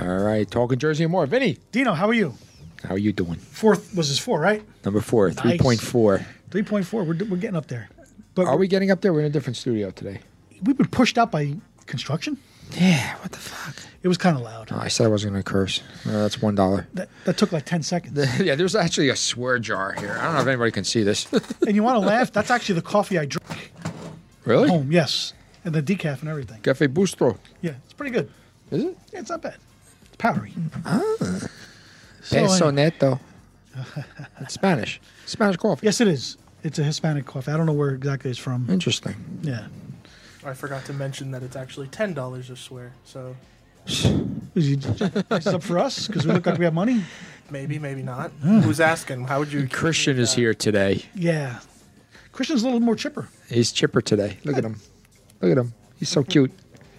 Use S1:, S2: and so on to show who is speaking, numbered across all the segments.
S1: All right, talking Jersey and more. Vinny,
S2: Dino, how are you?
S1: how are you doing?
S2: Fourth was his four, right?
S1: Number four, three point four.
S2: Three point four. We're, d- we're getting up there, but
S1: Are we getting up there? We're in a different studio today.
S2: We've been pushed out by construction.
S1: Yeah, what the fuck?
S2: It was kind of loud.
S1: Oh, I said I wasn't gonna curse. Uh, that's one dollar.
S2: That, that took like ten seconds.
S1: yeah, there's actually a swear jar here. I don't know if anybody can see this.
S2: and you want to laugh? That's actually the coffee I drink
S1: really?
S2: home. Yes, and the decaf and everything.
S1: Cafe Bustro.
S2: Yeah, it's pretty good.
S1: Is it? Ah.
S2: Yeah, it's not bad. It's powery. So, uh,
S1: Peso
S2: anyway.
S1: neto. It's Spanish. Spanish coffee.
S2: Yes, it is. It's a Hispanic coffee. I don't know where exactly it's
S1: Mm.
S2: from.
S1: Interesting.
S2: Yeah,
S3: I forgot to mention that it's actually ten dollars a swear. So
S2: is it- it's up for us because we look like we have money.
S3: maybe, maybe not. Who's asking? How would you?
S1: Christian is here today.
S2: Yeah, Christian's a little more chipper.
S1: He's chipper today. Look at him. Look at him. He's so cute.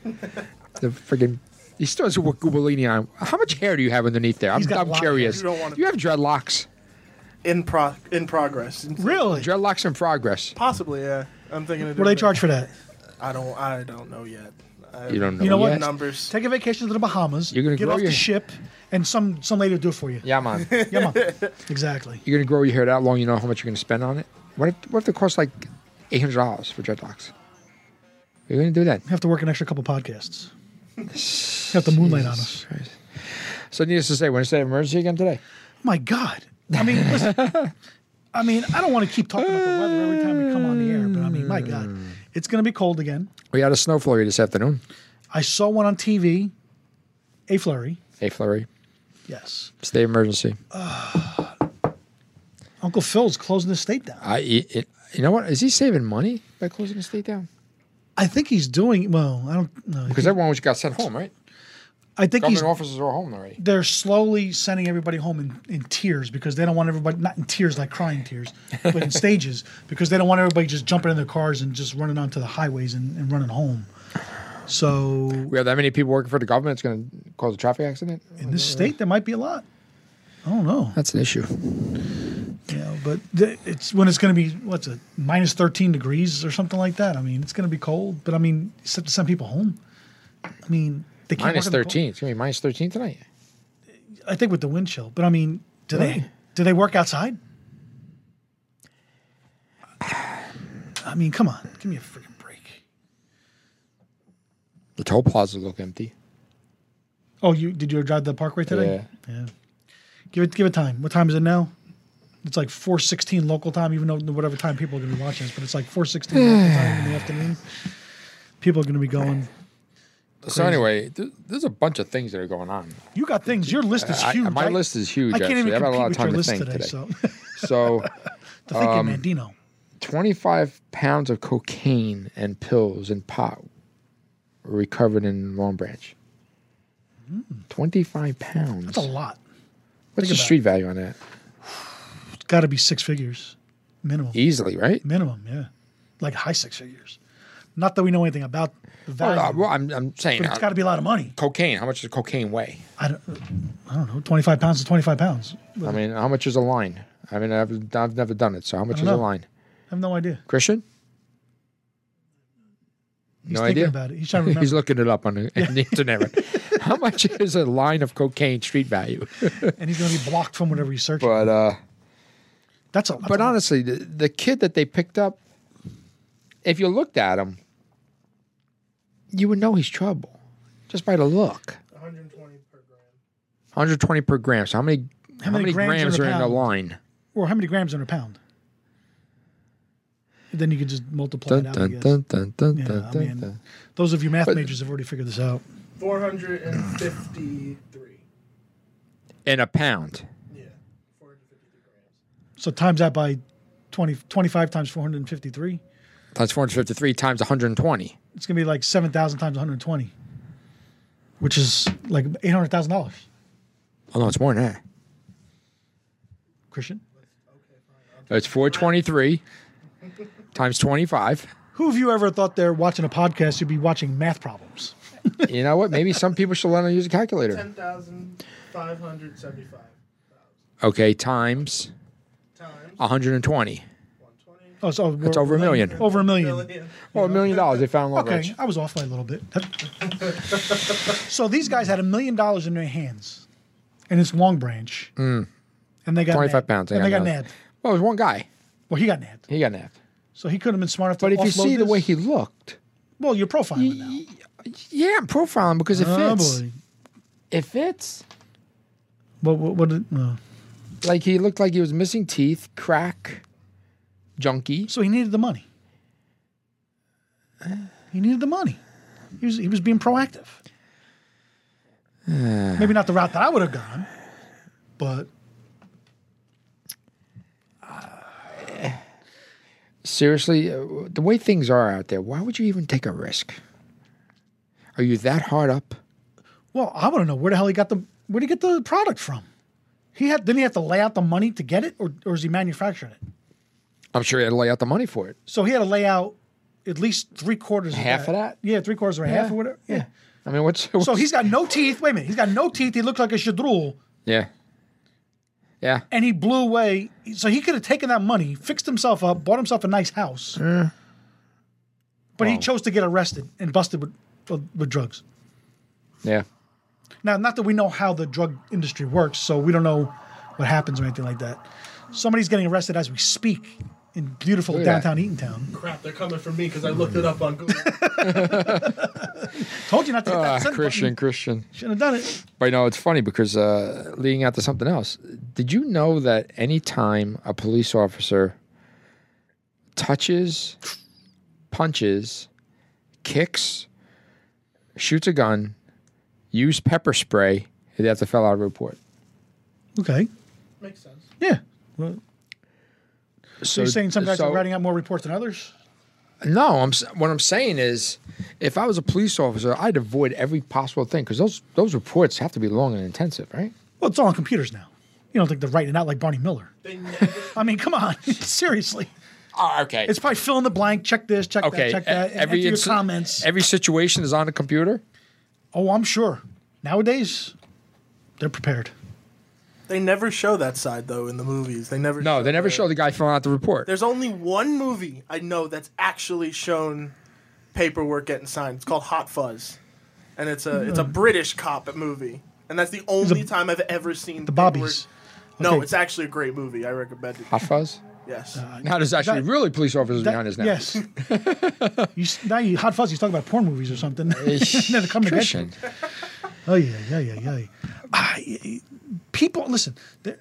S1: the friggin' he still has a Goobalini on. How much hair do you have underneath there? I'm,
S2: He's got
S1: I'm
S2: lock-
S1: curious.
S3: You don't wanna-
S1: you have dreadlocks.
S3: in pro in progress.
S2: Really?
S1: Dreadlocks in progress.
S3: Possibly, yeah. I'm thinking. Of
S2: What do they
S3: doing
S2: charge for that?
S3: it. I don't. I don't know yet. I,
S1: You don't know.
S2: You know what?
S1: yet.
S3: Numbers.
S2: Take a vacation to the Bahamas.
S1: You're gonna
S2: get
S1: grow
S2: off
S1: your-
S2: the ship, and some some lady will do it for you.
S1: Yeah, man.
S2: Yeah, mom. exactly.
S1: You're gonna grow your hair that long. You know how much you're gonna spend on it. What if, what if it costs like eight hundred dollars for dreadlocks? You're gonna do that.
S2: You have to work an extra couple podcasts. You have the moonlight on us.
S1: So needless to say, when is that emergency again today?
S2: My God. I mean, listen. I mean, I don't want to keep talking about the weather every time we come on the air, but I mean, my God,
S1: Mm.
S2: it's going to be cold again.
S1: We had a snow flurry this afternoon.
S2: I saw one on TV, a flurry.
S1: A flurry.
S2: Yes,
S1: State emergency.
S2: Uncle Phil's closing the state down.
S1: I it, it- you know what? Is he saving money by closing the state down?
S2: I think he's doing well. I don't know.
S1: Because everyone was got sent home, right?
S2: I think he's
S1: Government officers are home already.
S2: they're slowly sending everybody home in, in tears because they don't want everybody not in tears like crying tears but in stages because they don't want everybody just jumping in their cars and just running onto the highways and, and running home so
S1: We have that many people working for the government. It's going to cause a traffic accident.
S2: in this state there might be a lot i don't know
S1: That's an issue.
S2: you know, but th- it's when it's going to be what's it minus 13 degrees or something like that i mean it's going to be cold but i mean you have to send people home i mean they can't
S1: Minus
S2: work in the-
S1: thirteen. It's going to be minus thirteen tonight.
S2: i think with the wind chill but i mean do they do they work outside i mean come on give me a freaking break
S1: The toll plaza look empty.
S2: oh you did you drive the parkway today yeah, give it give it time what time is it now it's like 4.16 local time even though whatever time people are going to be watching this but it's like 4.16 local time in the afternoon people are going to be going
S1: So anyway, th- there's a bunch of things that are going on.
S2: you got things your list is
S1: I-
S2: huge
S1: my
S2: I-
S1: list is huge,
S2: i can't
S1: actually.
S2: even
S1: I've had a
S2: compete
S1: lot of
S2: with
S1: time
S2: your
S1: to
S2: list
S1: think
S2: today,
S1: today. Um, So,
S2: so to think you mandino
S1: 25 pounds of cocaine and pills and pot were recovered in Long Branch. 25 pounds.
S2: Mm. that's a lot
S1: What's the
S2: about
S1: street value on that?
S2: it's got to be six figures minimum
S1: Easily, right?
S2: Minimum, yeah. Like high six figures. Not that we know anything about the value,
S1: Well, uh, well, I'm, I'm saying
S2: but it's
S1: uh,
S2: got to be a lot of money.
S1: cocaine. How much does cocaine weigh?
S2: I don't, I don't know. 25 pounds is 25 pounds. I
S1: I mean, how much is a line? I mean, I've, I've never done it, so how much is
S2: don't
S1: a
S2: know.
S1: line?
S2: have no idea.
S1: Christian?
S2: He's
S1: no
S2: thinking
S1: idea.
S2: about it. He's trying to remember.
S1: He's looking it up on the, on the internet. right? how much is a line of cocaine street value?
S2: and he's going to be blocked from whatever he's searching.
S1: But uh,
S2: that's a that's
S1: but
S2: a-
S1: honestly, the, the kid that they picked up, if you looked at him, you would know he's trouble just by the look.
S3: 120 per gram.
S1: 120 per gram. So how many how,
S2: many
S1: many,
S2: grams
S1: grams,
S2: in a
S1: are in the
S2: pound?
S1: line?
S2: Or how many grams in a pound? Then you could just multiply
S1: Dun,
S2: it out, I
S1: dun,
S2: guess.
S1: dun, dun, dun,
S2: Yeah,
S1: dun,
S2: I
S1: dun,
S2: mean,
S1: dun.
S2: Those of you math majors have already figured this out.
S3: 453.
S1: In a pound.
S3: Yeah. 453 grams.
S2: So times that by 20, 25 times 453.
S1: That's 453 times 120.
S2: It's going to be like 7,000 times 120, which is like $800,000.
S1: Oh, no, it's more than that.
S2: Christian?
S1: It's 423 times 25.
S2: Who of you ever thought they're watching a podcast, you'd be watching math problems?
S1: You know what? Maybe some people should learn how to use a calculator.
S3: 10,575
S1: Okay, times
S3: times
S1: 120.
S3: 120
S2: Oh, so we're-
S1: It's over a million.
S2: Over a million.
S4: Million.
S1: Oh, a million dollars. They found Love
S2: Okay,
S1: Rich.
S2: I was off by a little bit. so these guys had a million dollars in their hands, and it's Long Branch, and they got
S1: 25
S2: nabbed.
S1: Mm. pounds.
S2: and they got
S1: nabbed.
S2: nabbed.
S1: Well, it was Oh, one guy.
S2: Well, he got nabbed,
S1: He got nabbed.
S2: so he could have been smart enough.
S1: But
S2: to
S1: if you
S2: offload
S1: see the
S2: this-
S1: way he looked,
S2: well, you're profiling now.
S1: yeah, I'm profiling because it
S2: Oh,
S1: fits.
S2: boy.
S1: it fits.
S2: What? What? what did- uh,
S1: Like he looked like he was missing teeth, crack, junkie.
S2: so he needed the money. He needed the money. He was he was being proactive. Maybe not the route that I would have gone, but
S1: Seriously, uh, the way things are out there, why would you even take a risk? Are you that hard up?
S2: Well, I want to know where the hell he got the where did he get the product from? He had didn't he have to lay out the money to get it, or or is he manufacturing it?
S1: I'm sure he had to lay out the money for it.
S2: So he had to lay out at least three quarters of
S1: Half
S2: that.
S1: of that?
S2: Yeah, three quarters or half or whatever. Yeah.
S1: I mean, what's
S2: So he's got no teeth. Wait a minute, he's got no teeth. He looked like a shadrul,
S1: yeah, yeah.
S2: and he blew away. So he could have taken that money, fixed himself up, bought himself a nice house. But he chose to get arrested and busted with, with, with drugs.
S1: Yeah.
S2: Now, not that we know how the drug industry works, so we don't know what happens or anything like that. Somebody's getting arrested as we speak in beautiful
S1: Look at that.
S2: downtown Eatontown.
S4: Crap, they're coming for me because I looked it up on Google.
S2: Told you not to hit that
S1: Ah,
S2: send
S1: Christian,
S2: button.
S1: Christian.
S2: Shouldn't have done it.
S1: But no, it's funny because uh, leading out to something else. Did you know that any time a police officer touches, punches, kicks, shoots a gun, use pepper spray, they have to fill out a report.
S2: Okay.
S4: Makes sense.
S2: Yeah. Well, so you're saying some guys
S1: so-
S2: are writing out more reports than others?
S1: No, I'm. s- What I'm saying is, if I was a police officer, I'd avoid every possible thing because those those reports have to be long and intensive, right?
S2: Well, it's all on computers now. You don't think they're writing it out like Barney Miller.
S4: They never
S2: I mean, come on. Seriously.
S1: Oh, okay.
S2: It's probably fill in the blank, check this, check
S1: okay.
S2: that, check
S1: e-
S2: that, and
S1: every e-
S2: enter your
S1: inci-
S2: comments.
S1: Every situation is on a computer.
S2: oh, I'm sure. Nowadays, they're prepared.
S3: They never show that side though in the movies. They never.
S1: No, they never show the guy filling out the report.
S3: There's only one movie I know that's actually shown paperwork getting signed. It's called Hot Fuzz, and it's a
S2: Hmm.
S3: it's a British cop movie, and that's the only time I've ever seen the
S2: Bobbies.
S3: No,
S2: Okay.
S3: it's actually a great movie. I recommend it.
S1: Hot fuzz.
S3: Yes.
S2: Uh,
S1: Now there's actually
S2: That-
S1: really police officers
S2: That-
S1: behind us now.
S2: Yes. you, s- now you hot fuzzies talking about porn movies or something. and then they come to get you.
S1: Christian.
S2: Oh yeah, yeah, yeah, yeah. Ah, y- y- people, listen. They,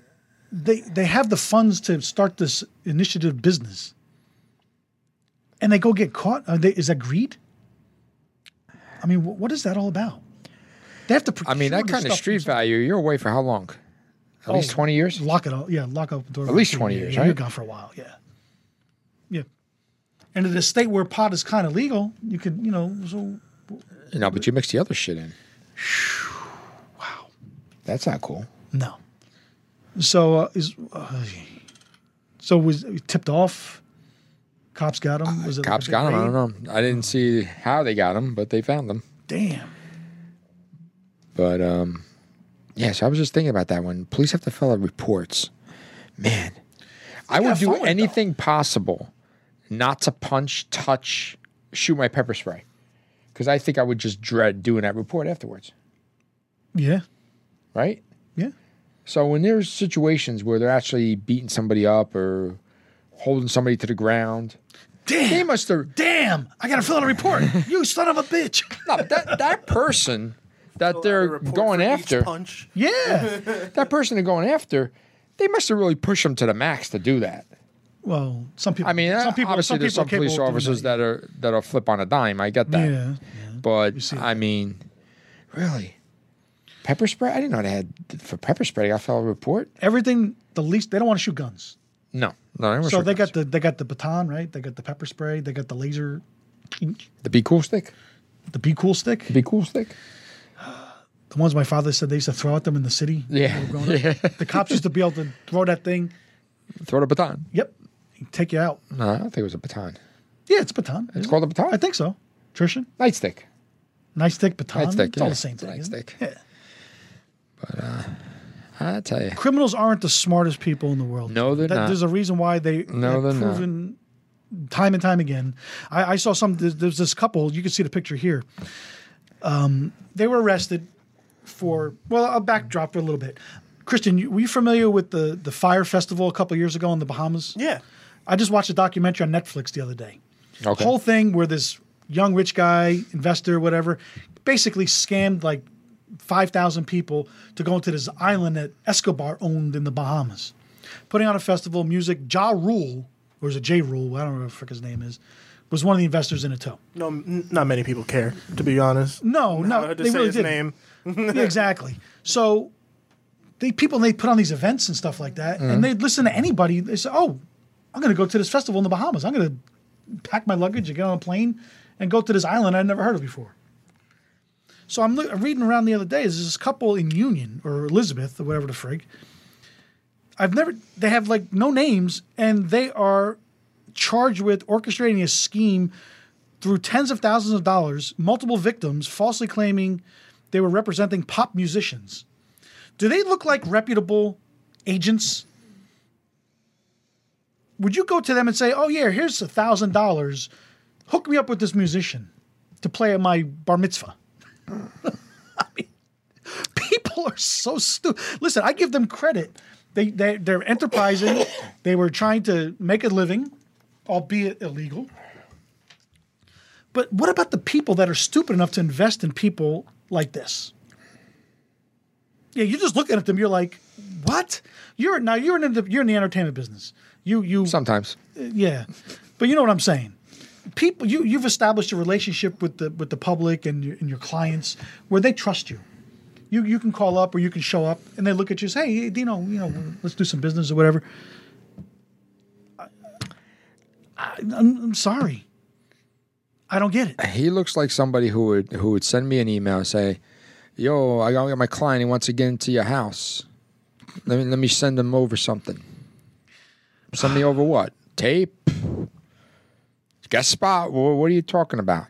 S2: they they have the funds to start this initiative business, and they go get caught. Are they, is that greed? I mean, wh- what is that all about? They have to.
S1: I mean, that
S2: procure the
S1: kind of
S2: stuff
S1: street
S2: from some-
S1: value. You're away for how long? At least
S2: Oh,
S1: twenty years.
S2: Lock it up. Yeah, lock up the door.
S1: At least
S2: Yeah,
S1: 20
S2: yeah,
S1: years,
S2: yeah, You're
S1: right?
S2: gone for a while. Yeah. Yeah. And in a state where pot is kind of legal, you could, you know, so
S1: You know, but you mix the other shit in. Wow, that's not cool.
S2: no. So uh, is uh, so was it tipped off. Cops got him. Was it like a
S1: Cops
S2: big
S1: got him. I
S2: raid?
S1: don't know. I didn't see how they got him, but they found him.
S2: Damn.
S1: But um, yeah. So I was just thinking about that when police have to fill out reports. Man, I would
S2: gotta
S1: do
S2: follow it, though.
S1: anything possible not to punch, touch, shoot my pepper spray, because I think I would just dread doing that report afterwards.
S2: Yeah.
S1: Right.
S2: Yeah.
S1: So when there's situations where they're actually beating somebody up or holding somebody to the ground, they
S2: Damn.
S1: must have.
S2: Damn. I gotta fill out a report. you son of a bitch.
S1: No, but that that person that they're
S3: Report
S1: going
S3: for each
S1: after,
S3: punch.
S2: Yeah.
S1: that person they're going after, they must have really pushed them to the max to do that.
S2: well, some people.
S1: I mean, uh,
S2: some people.
S1: obviously
S2: some people
S1: there's
S2: are
S1: some
S2: capable
S1: police
S2: of doing
S1: officers that are that are flip on a dime. I get that,
S2: Yeah.
S1: but
S2: see
S1: I mean, really, pepper spray? I didn't know they had for pepper spray. I fell a report.
S2: Everything. The least they don't want to shoot guns.
S1: No, no, I
S2: So they got the they got the baton, right? They got the pepper spray. They got the laser,
S1: the be cool stick.
S2: the be cool stick.
S1: Be cool stick.
S2: The ones my father said they used to throw at them in the city.
S1: Yeah, yeah.
S2: The cops used to be able to throw that thing.
S1: Throw the baton.
S2: Yep, take you out.
S1: No, I don't think it was a baton.
S2: Yeah, it's baton.
S1: It's called a baton.
S2: I think so. Trishan,
S1: nightstick.
S2: nice stick baton.
S1: Nightstick.
S2: It's
S1: yeah.
S2: all the same thing. isn't it?
S1: Nightstick. Yeah. But uh, I tell you,
S2: Criminals aren't the smartest people in the world.
S1: No, they're not.
S2: There's a reason why they
S1: No,
S2: have
S1: they're not.
S2: proven time and time again. I, I saw some. There's, there's this couple. You can see the picture here. Um, they were arrested for. Well, I'll backdrop for a little bit. Christian, you, were you familiar with the the fire festival a couple years ago in the Bahamas?
S3: Yeah.
S2: I just watched a documentary on Netflix the other day.
S1: Okay.
S2: Whole thing where this young rich guy, investor, whatever, basically scammed like five thousand people to go into this island that Escobar owned in the Bahamas, putting on a festival, music. Ja Rule, or is it J Rule? I don't know what the frick his name is. Was one of the investors in it too?
S3: No, n- not many people care, to be honest.
S2: No, no,
S3: I had to
S2: they
S3: say
S2: really
S3: his
S2: didn't.
S3: name.
S2: Yeah, exactly. So they people they put on these events and stuff like that, and they'd listen to anybody. They say, "Oh, I'm going to go to this festival in the Bahamas. I'm going to pack my luggage and get on a plane and go to this island I'd never heard of before." So I'm li- reading around the other day. There's this couple in Union or Elizabeth or whatever the frig. I've never. They have like no names, and they are charged with orchestrating a scheme through tens of thousands of dollars, multiple victims falsely claiming they were representing pop musicians. Do they look like reputable agents? Would you go to them and say, "Oh yeah, here's a thousand dollars, hook me up with this musician to play at my bar mitzvah"? I mean, people are so stupid. Listen, I give them credit. They, they they're enterprising. they were trying to make a living, albeit illegal. But what about the people that are stupid enough to invest in people like this? Yeah, you're just looking at them. You're like, what? You're now you're in the you're in the entertainment business. You you
S1: Sometimes.
S2: yeah, but you know what I'm saying. People, you you've established a relationship with the with the public and your, and your clients where they trust you. You you can call up or you can show up and they look at you and say, hey, Dino, you know, let's do some business or whatever. I, I, I'm, I'm sorry, I don't get it.
S1: He looks like somebody who would who would send me an email and say, "Yo, I gotta get my client. He wants to get into your house. Let me let me send him over something. Send me over what? Tape? Guest spot? Wha- What are you talking about?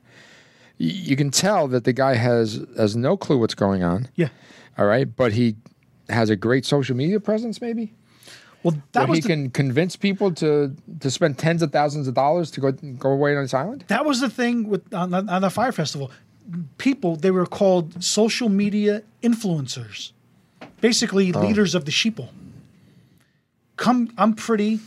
S1: Y- You can tell that the guy has has no clue what's going on.
S2: Yeah.
S1: All right, but he has a great social media presence, maybe.
S2: Well,
S1: That
S2: that was
S1: he
S2: the,
S1: can convince people to to spend tens of thousands of dollars to go go away on this island.
S2: that was the thing with on, the- on the fire festival. People they were called social media influencers, basically
S1: Oh.
S2: leaders of the sheeple. Come, I'm pretty.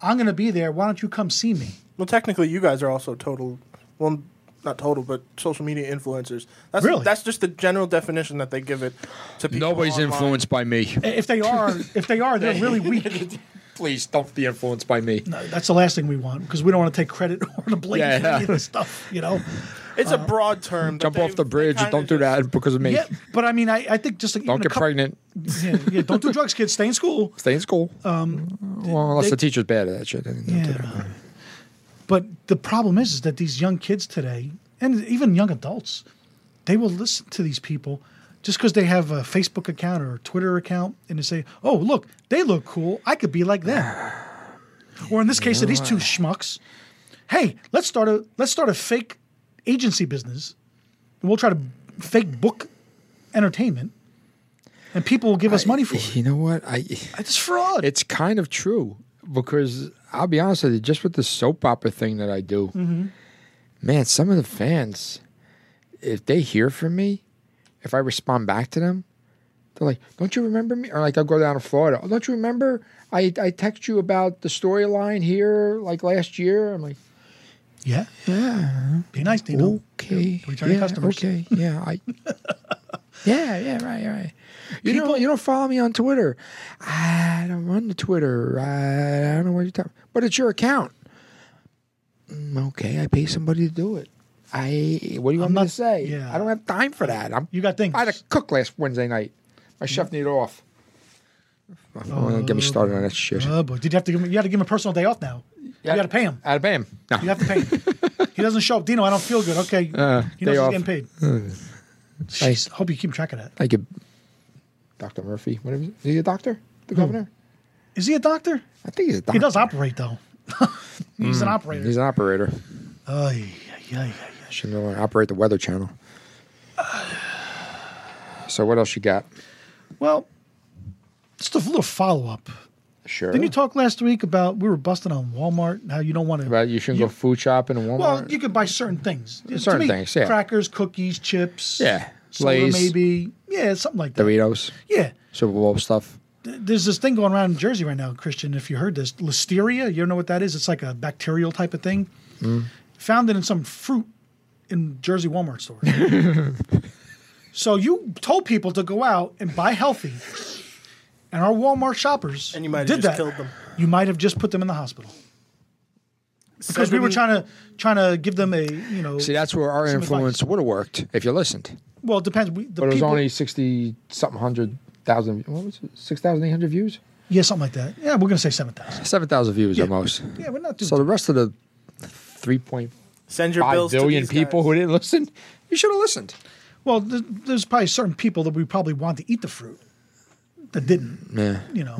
S2: I'm going to be there. Why don't you come see me?
S3: Well, technically, you guys are also total. Well, not total, but social media influencers. That's
S2: Really?
S3: that's just the general definition that they give it to people. online.
S1: by me.
S2: I- If they are, if they are, they're really weak.
S1: Please don't be influenced by me.
S2: That's the last thing we want because we don't want to take credit or the blame
S1: Yeah,
S2: for any
S1: yeah.
S2: of this stuff. You know.
S3: It's a broad term. that
S1: Jump
S3: they-
S1: off the
S3: they
S1: bridge.
S3: kinda
S1: Don't do
S3: just-
S1: that because of me.
S2: Yeah, but I mean, I, I think just like even
S1: don't
S2: a
S1: get
S2: couple-
S1: pregnant.
S2: Yeah, yeah, don't do drugs, kids. Stay in school.
S1: Stay in school. Um, well, unless
S2: they-
S1: the teacher's bad at that shit. then don't do that.
S2: Yeah. But the problem is, is that these young kids today, and even young adults, they will listen to these people just because they have a Facebook account or a Twitter account, and they say, "Oh, look, they look cool. I could be like them." or in this case, of these two schmucks, hey, let's start a let's start a fake agency business, and we'll try to fake book entertainment, and people will give us money for it.
S1: You know what? I
S2: It's fraud.
S1: it's kind of true because I'll be honest with you. Just with the soap opera thing that I do,
S2: Mm-hmm.
S1: man, some of the fans, if they hear from me, if I respond back to them, they're like, "Don't you remember me?" Or like, I'll go down to Florida. "Oh, don't you remember? I I text you about the storyline here, like last year. I'm like,
S2: yeah, yeah. Be nice, Dino.
S1: okay,
S2: returning
S1: yeah,
S2: customers.
S1: okay, yeah, I, yeah, yeah, right, right. You
S2: People-
S1: don't you don't follow me on Twitter. I don't run the Twitter. I, I don't know what you're talking. But it's your account. Mm, Okay, I pay somebody to do it. I what do you want me
S2: not-
S1: to say?
S2: yeah.
S1: I don't have time for that. I'm
S2: You got things.
S1: I had to cook last Wednesday night. My chef needed off. Oh, don't get me started on that shit.
S2: Oh boy! Did you have to give him? You had to give him a personal day off now. You got to pay him.
S1: I had to pay him. No.
S2: You have to pay him. he doesn't show up. Dino, I don't feel good. Okay, he
S1: Uh, day
S2: knows
S1: off. Uh,
S2: he's getting paid. Jeez, hope you keep track of that.
S1: I give Dr. Murphy. What is, is he a doctor? The governor?
S2: Is he a doctor?
S1: I think he's a doctor.
S2: He does operate though. he's an operator.
S1: He's an operator.
S2: Ay, ay, ay, ay, ay.
S1: Should know how to operate the Weather Channel. So what else you got?
S2: Well, just a little follow up
S1: Sure.
S2: Didn't you talk last week about we were busting on Walmart and how you don't want to
S1: about you shouldn't
S2: you-
S1: go food shopping in Walmart?
S2: Well, you could buy certain things. To
S1: Certain things, yeah.
S2: Crackers, cookies, chips.
S1: Yeah.
S2: soda
S1: Lay's.
S2: maybe. Yeah, something like that.
S1: Doritos,
S2: Yeah.
S1: Super Bowl stuff.
S2: Th- There's this thing going around in Jersey right now, Christian, if you heard this. Listeria, you don't know what that is? It's like a bacterial type of thing.
S1: Mm.
S2: Found it in some fruit in Jersey Walmart store. so you told people to go out and buy healthy. And our Walmart shoppers
S3: And you might have
S2: did that.
S3: just killed them.
S2: You might have just put them in the hospital. Because we were trying
S3: Seventy-
S2: to trying to give them a you know
S1: See, that's where our
S2: Some
S1: influence
S2: advice.
S1: would have worked if you listened.
S2: Well, it depends. We, the
S1: But it was
S2: people,
S1: only 60 something hundred thousand, what was it? 6,800 views?
S2: yeah, something like that. Yeah, we're gonna say seven thousand.
S1: 7,000 views at most.
S2: Yeah, we're not doing.
S1: So the rest of the 3.5
S3: Send your bills
S1: billion
S3: to these
S1: people
S3: guys.
S1: who didn't listen, you should have listened.
S2: well, th- there's probably certain people that we probably want to eat the fruit that didn't.
S1: Yeah.
S2: You know.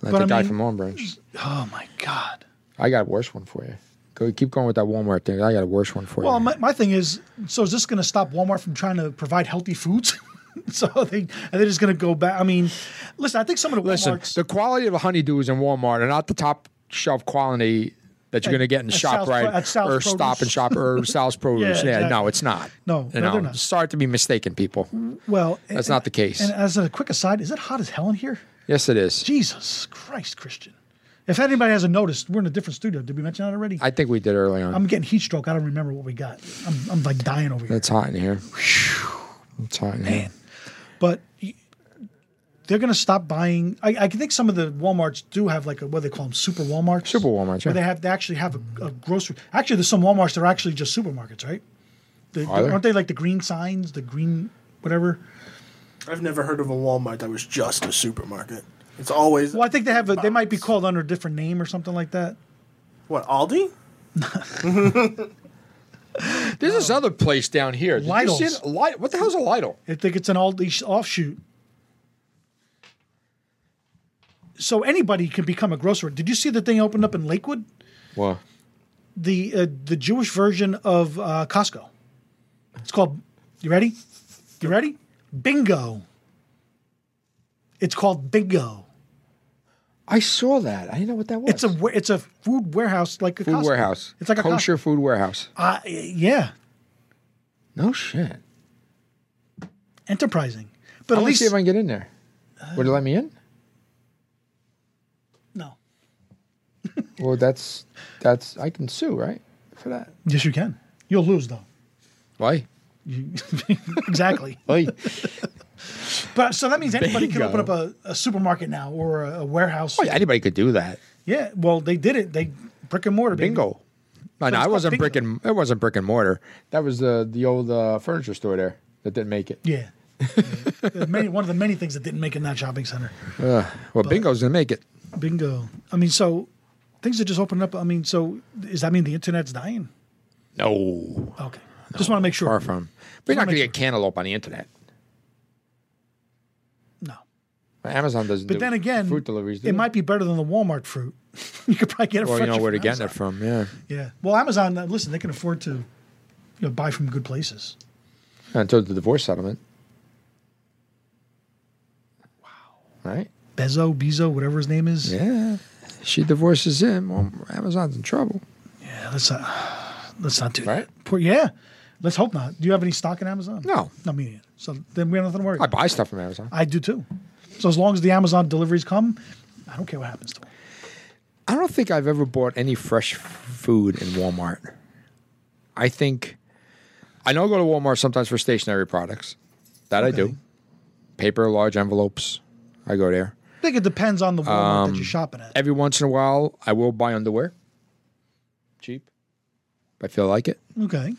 S1: Like
S2: But
S1: the
S2: I
S1: guy
S2: mean-
S1: from Long Branch.
S2: Oh my God.
S1: I got a worse one for you. Go keep going with that Walmart thing. I got a worse one for
S2: Well,
S1: you.
S2: my, my thing is, so is this going to stop Walmart from trying to provide healthy foods? so are they are they just going to go back? I mean, listen, I think some of the
S1: Listen,
S2: WalMarts
S1: the quality of the honeydews in Walmart are not the top shelf quality that you're going
S2: At-
S1: to get in
S2: at
S1: shop
S2: Sal's
S1: right
S2: Pro- at Sal's
S1: or Stop and
S2: Produce.
S1: Shop or Sal's Produce. yeah, no,
S2: exactly.
S1: it's not.
S2: No,
S1: You
S2: no, they're
S1: know,
S2: not. Mm-hmm.
S1: Sorry to be mistaken, people.
S2: well,
S1: That's
S2: and-
S1: not the case.
S2: And as a quick aside, is it hot as hell in here?
S1: Yes, it is.
S2: Jesus Christ, Christian! If anybody hasn't noticed, we're in a different studio. Did we mention that already?
S1: I think we did early on.
S2: I'm getting heat stroke. I don't remember what we got. I'm, I'm like dying over here.
S1: it's hot in here. It's hot in here.
S2: But y- they're going to stop buying. I, I think some of the WalMarts do have like a, what do they call them super WalMarts.
S1: Super Walmarts, yeah.
S2: Where they have they actually have a, a grocery. Actually, there's some WalMarts that are actually just supermarkets, right? They,
S1: Are there?
S2: aren't they like the green signs, the green whatever?
S3: I've never heard of a Walmart that was just a supermarket. It's always
S2: Well, I think they have. A, they might be called under a different name or something like that.
S3: what Aldi.
S1: There's this other place down here. Did you see
S2: Lidl's.
S1: it? Lid- what the hell's a Lidl?
S2: I think it's an Aldi sh- offshoot. So anybody can become a grocer. Did you see the thing opened up in Lakewood?
S1: Well,
S2: the uh, the Jewish version of uh, Costco. It's called. You ready? You ready? Bingo. It's called Bingo.
S1: I saw that. I didn't know what that was.
S2: It's a wa- it's a food warehouse like a
S1: food
S2: Costco.
S1: warehouse.
S2: It's like a
S1: kosher
S2: Costco.
S1: food warehouse.
S2: Uh, yeah,
S1: No shit.
S2: enterprising.
S1: I
S2: But at
S1: want to
S2: least
S1: see if I can get in there. Would it let me in?
S2: no.
S1: Well, that's that's I can sue right for that.
S2: Yes, you can. You'll lose though.
S1: Why?
S2: You, exactly.
S1: Why?
S2: But so that means anybody
S1: Bingo. Oh,
S2: can open up a, a supermarket now or a, a warehouse.
S1: Why anybody could do that?
S2: Yeah. Well, they did it. They brick and mortar. baby.
S1: Bingo. No, no,
S2: it's
S1: I
S2: called
S1: wasn't
S2: bingo.
S1: brick and it wasn't brick and mortar. That was the the old uh, furniture store there that didn't make it.
S2: Yeah. Yeah. many, one of the many things that didn't make it in that shopping center.
S1: Well, Bingo's gonna make it.
S2: Bingo. I mean, so things are just opening up. I mean, so does that mean the internet's dying?
S1: No,
S2: Okay. Just want to make sure.
S1: far from. But you're not
S2: Wanna
S1: gonna
S2: make
S1: get cantaloupe on the internet.
S2: No.
S1: Amazon doesn't.
S2: But
S1: do
S2: then again,
S1: fruit deliveries. Do
S2: it
S1: they?
S2: might be better than the Walmart fruit. you could probably get it
S1: Well, you
S2: fresher
S1: know where to
S2: from
S1: get it
S2: Amazon.
S1: from. Yeah,
S2: Yeah. Well, Amazon, uh, listen, they can afford to you know, buy from good places.
S1: until the divorce settlement. Wow. Right.
S2: Bezo, Bezo, whatever his name is.
S1: Yeah. She divorces him. Well, Amazon's in trouble.
S2: Yeah, let's not, let's not do
S1: Right?
S2: that. Poor, yeah. Let's hope not. Do you have any stock in Amazon?
S1: No.
S2: No, me neither. So then we have nothing to worry
S1: I
S2: about.
S1: buy stuff from Amazon.
S2: I do too. So as long as the Amazon deliveries come, I don't care what happens to them.
S1: I don't think I've ever bought any fresh f- food in Walmart. I think I know I go to Walmart sometimes for stationary products. That I do. Paper, large envelopes. I go there.
S2: I think it depends on the Walmart
S1: Um,
S2: that you're shopping at.
S1: Every once in a while, I will buy underwear. Cheap. If I feel like it.
S2: Okay.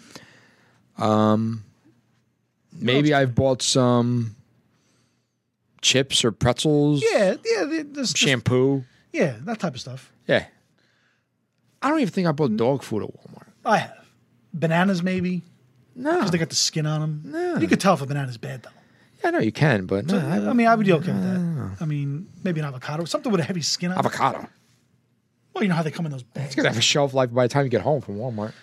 S1: Maybe I've bought some chips or pretzels,
S2: Yeah, yeah, the- this, this,
S1: shampoo.
S2: yeah, that type of stuff.
S1: Yeah. I don't even think I bought dog food at Walmart.
S2: I have bananas, maybe
S1: No.
S2: because they got the skin on them.
S1: No.
S2: You could tell if a banana's bad though.
S1: I know you can, but no, I,
S2: I mean, I would be okay with that. I mean, maybe an avocado, something with a heavy skin on. it.
S1: avocado.
S2: Well, you know how they come in those bags.
S1: It's gonna have a shelf life by the time you get home from Walmart.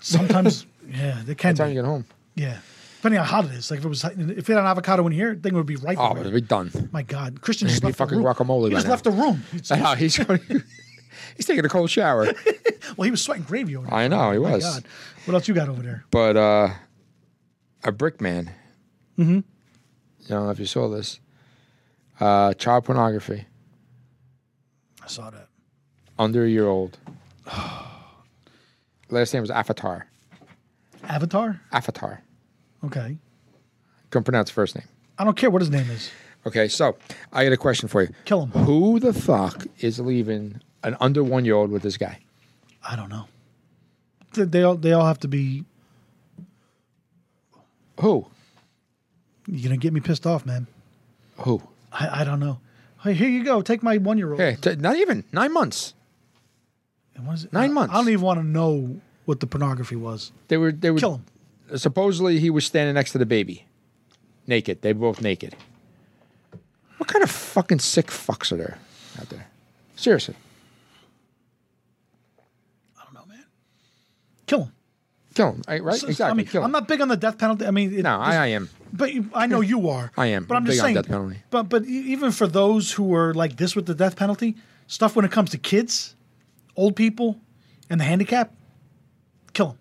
S2: Sometimes, yeah, they can.
S1: By the time you get
S2: Be.
S1: home,
S2: Yeah, Depending on how hot it is. Like if it was if it had an avocado in here, thing would be right.
S1: Oh, we're done.
S2: My God, Christian just
S1: Be
S2: left the
S1: fucking
S2: room.
S1: guacamole
S2: He
S1: by
S2: just
S1: now.
S2: left the room. He's-
S1: Oh, he's going. he's taking a cold shower. Oh
S2: well, he was sweating gravy over there.
S1: I know he
S2: Oh My
S1: was.
S2: God, what else you got over there?
S1: But uh, a brick man. Mm-hmm. I don't know if you saw this. Uh, child pornography.
S2: I saw that.
S1: Under a year old. Last name was Avatar.
S2: Avatar.
S1: Avatar.
S2: Okay,
S1: Couldn't pronounce the first name.
S2: I don't care what his name is.
S1: Okay, so I got a question for you.
S2: Kill him.
S1: Who the fuck is leaving an under one year old with this guy?
S2: I don't know. They- They all they all have to be.
S1: Who?
S2: You're gonna get me pissed off, man.
S1: Who?
S2: I, I don't know. Hey, here you go. Take my one year old.
S1: Okay, t- not even nine months. nine months.
S2: I don't even want to know what the pornography was.
S1: They were they were
S2: Kill him.
S1: supposedly he was standing next to the baby, naked. They were both naked. What kind of fucking sick fucks are there out there? Seriously,
S2: I don't know, man. Kill him.
S1: kill him. Right? right?
S2: So-
S1: exactly.
S2: I mean,
S1: kill him.
S2: I'm not big on the death penalty. I mean, it-
S1: no, I, I am.
S2: But you- I know you are.
S1: I am.
S2: But I'm,
S1: I'm
S2: just
S1: big on
S2: saying.
S1: death penalty.
S2: But but e- even for those who are like this with the death penalty stuff, when it comes to kids, old people, and the handicap, kill them.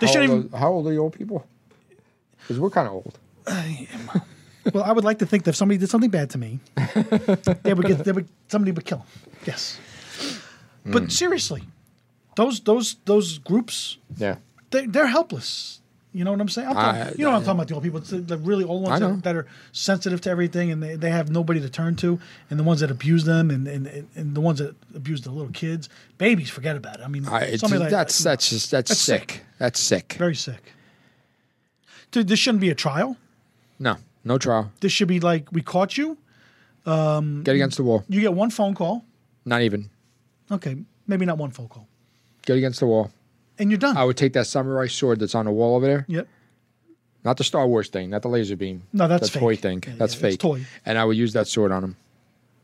S2: They
S1: How
S2: shouldn't even.
S1: old, are, how old are you old people? Because we're kind of old.
S2: Well, I would like to think that if somebody did something bad to me, they would get they would somebody would kill 'em. Yes, but
S1: Hmm.
S2: seriously, those those those groups
S1: Yeah.
S2: they they're helpless. You know what I'm saying? I'm talking,
S1: I-
S2: you know what I'm talking about the old people. It's the, the really old
S1: I
S2: ones
S1: know.
S2: that, that are sensitive to everything and they, they have nobody to turn to, and the ones that abuse them and and, and the ones that abuse the little kids, babies, forget about it. I mean,
S1: I, it's,
S2: somebody like
S1: that's that's just that's,
S2: That's
S1: sick.
S2: sick.
S1: That's sick.
S2: very sick. Dude, this shouldn't be a trial.
S1: No, no trial.
S2: This should be like we caught you.
S1: Get against the wall.
S2: You get one phone call.
S1: Not even.
S2: Okay, maybe not one phone call,
S1: Get against the wall.
S2: and you're done.
S1: I would take that samurai sword that's on the wall over there.
S2: yep.
S1: Not the Star Wars thing, not the laser beam.
S2: No, that's
S1: the toy
S2: fake.
S1: thing.
S2: Yeah,
S1: that's
S2: yeah,
S1: fake.
S2: it's toy.
S1: And I would use that sword on him.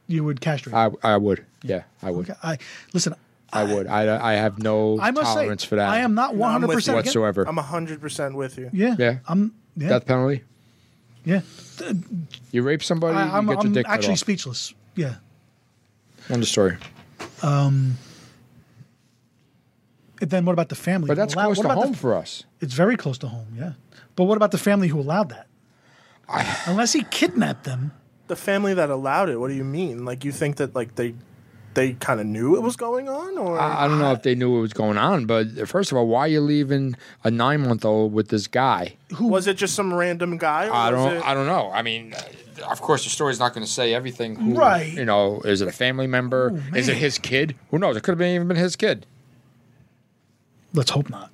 S2: You would castrate.
S1: I I would. Yeah, I would.
S2: Okay, I listen.
S1: I would. I, I have no
S2: I must
S1: tolerance
S2: say,
S1: for that.
S2: I am not
S3: No, I'm
S2: 100
S3: with you.
S2: percent
S1: whatsoever.
S3: I'm 100% with you.
S2: Yeah.
S1: Yeah.
S2: I'm. Yeah.
S1: Death penalty.
S2: yeah.
S1: You rape somebody,
S2: I, am
S1: you get your
S2: I'm
S1: dick
S2: actually
S1: cut
S2: speechless. Yeah.
S1: off. End of story.
S2: And then what about the family?
S1: But that's
S2: who allowed-
S1: close
S2: what
S1: to
S2: about the-
S1: home for us.
S2: it's very close to home. Yeah. But what about the family who allowed that? Unless he kidnapped them.
S3: The family that allowed it. What do you mean? Like you think that like they they kind of knew it was going on or
S1: I, I don't know if they knew what was going on, but first of all, why are you leaving a nine month old with this guy?
S3: was it just some random guy? Or
S1: I
S3: was
S1: don't.
S3: it-
S1: I don't know. I mean, uh, of course, the story's not going to say everything. Who,
S2: Right.
S1: You know, is it a family member?
S2: Oh,
S1: is it
S2: man.
S1: his kid? Who knows? It could have been even been his kid.
S2: Let's hope not.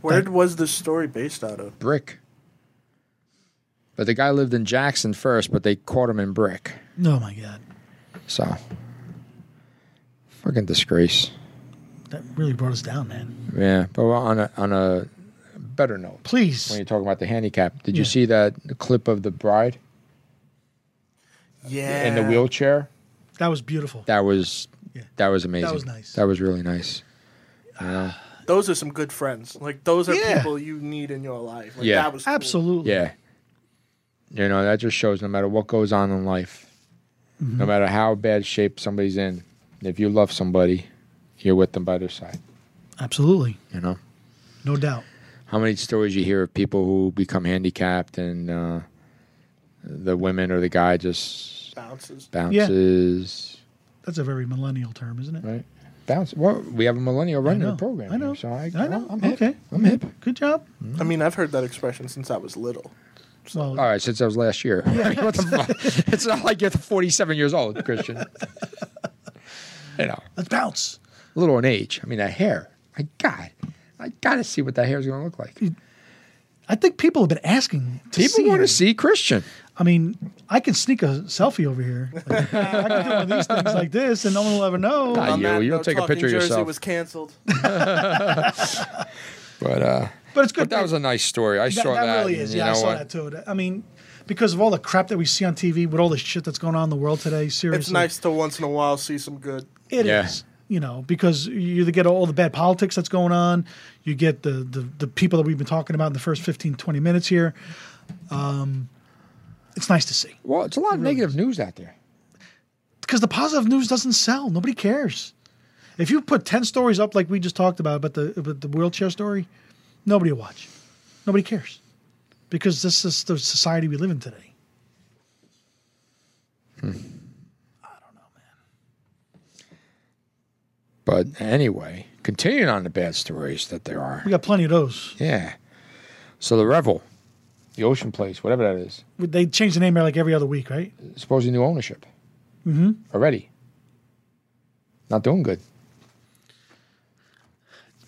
S3: Where was this story based out of?
S1: Brick. But the guy lived in Jackson first, but they caught him in Brick.
S2: No, my God.
S1: So, fucking disgrace.
S2: That really brought us down, man.
S1: Yeah, but on a on a better note, when
S2: Please.
S1: you're talking about the handicap, did you
S2: Yeah.
S1: see that clip of the bride
S3: Yeah.
S1: in the wheelchair?
S2: That was beautiful.
S1: That was
S2: Yeah.
S1: that was amazing.
S2: was nice.
S1: That was really nice.
S3: Those are some good friends. Like those are
S2: Yeah.
S3: people you need in your life. Like,
S1: Yeah.
S3: That was cool.
S2: Absolutely.
S1: Yeah. You know, that just shows no matter what goes on in life,
S2: Mm-hmm.
S1: no matter how bad shape somebody's in, if you love somebody, you're with them by their side.
S2: Absolutely.
S1: You know,
S2: No doubt.
S1: how many stories you hear of people who become handicapped and uh, the women or the guy just
S3: Bounces.
S1: bounces,
S2: That's a very millennial term, isn't it?
S1: right? Bounce. Well, we have a millennial running
S2: know.
S1: the program.
S2: I know.
S1: here, so I,
S2: I know.
S1: I'm hip.
S2: Okay.
S1: I'm hip.
S2: Good job.
S3: I mean, I've heard that expression since I was little.
S2: Well,
S1: All right, since I was last year. what the fuck? It's not like you're 47 years old, Christian. you know.
S2: let's bounce.
S1: little in age. I mean, that hair. My God, I gotta see what that hair is gonna look like.
S2: I think people have been asking. To
S1: People want
S2: him.
S1: to see Christian.
S2: I mean, I can sneak a selfie over here. Like, I can do one of these things like this, and no one will ever know.
S1: Nah,
S3: On
S1: you-
S3: that
S1: you don't
S3: note,
S1: take a
S3: Talking
S1: picture of
S3: Jersey
S1: yourself.
S3: was canceled.
S1: But uh,
S2: but it's good.
S1: but that was a nice story. I
S2: that,
S1: saw that.
S2: that really
S1: and
S2: is.
S1: you
S2: Yeah, I
S1: know
S2: saw
S1: what?
S2: that too. I mean, because of all the crap that we see on TV, with all the shit that's going on in the world today, seriously,
S3: It's nice to once in a while see some good.
S2: It
S1: Yeah.
S2: is. you know, because you either get all the bad politics that's going on, you get the the, the people that we've been talking about in the first 15, 20 minutes here. Um, it's nice to see
S1: Well, it's a lot of negative news out there.
S2: because the positive news doesn't sell. Nobody cares. If you put ten stories up like we just talked about, but the but the wheelchair story, nobody will watch. Nobody cares because this is the society we live in today.
S1: But anyway, continuing on the bad stories that there are.
S2: We got plenty of those.
S1: Yeah. So the Revel, the Ocean Place, whatever that is,
S2: They change the name there like every other week, right?
S1: supposedly new ownership. Mm-hmm. Already. Not doing good.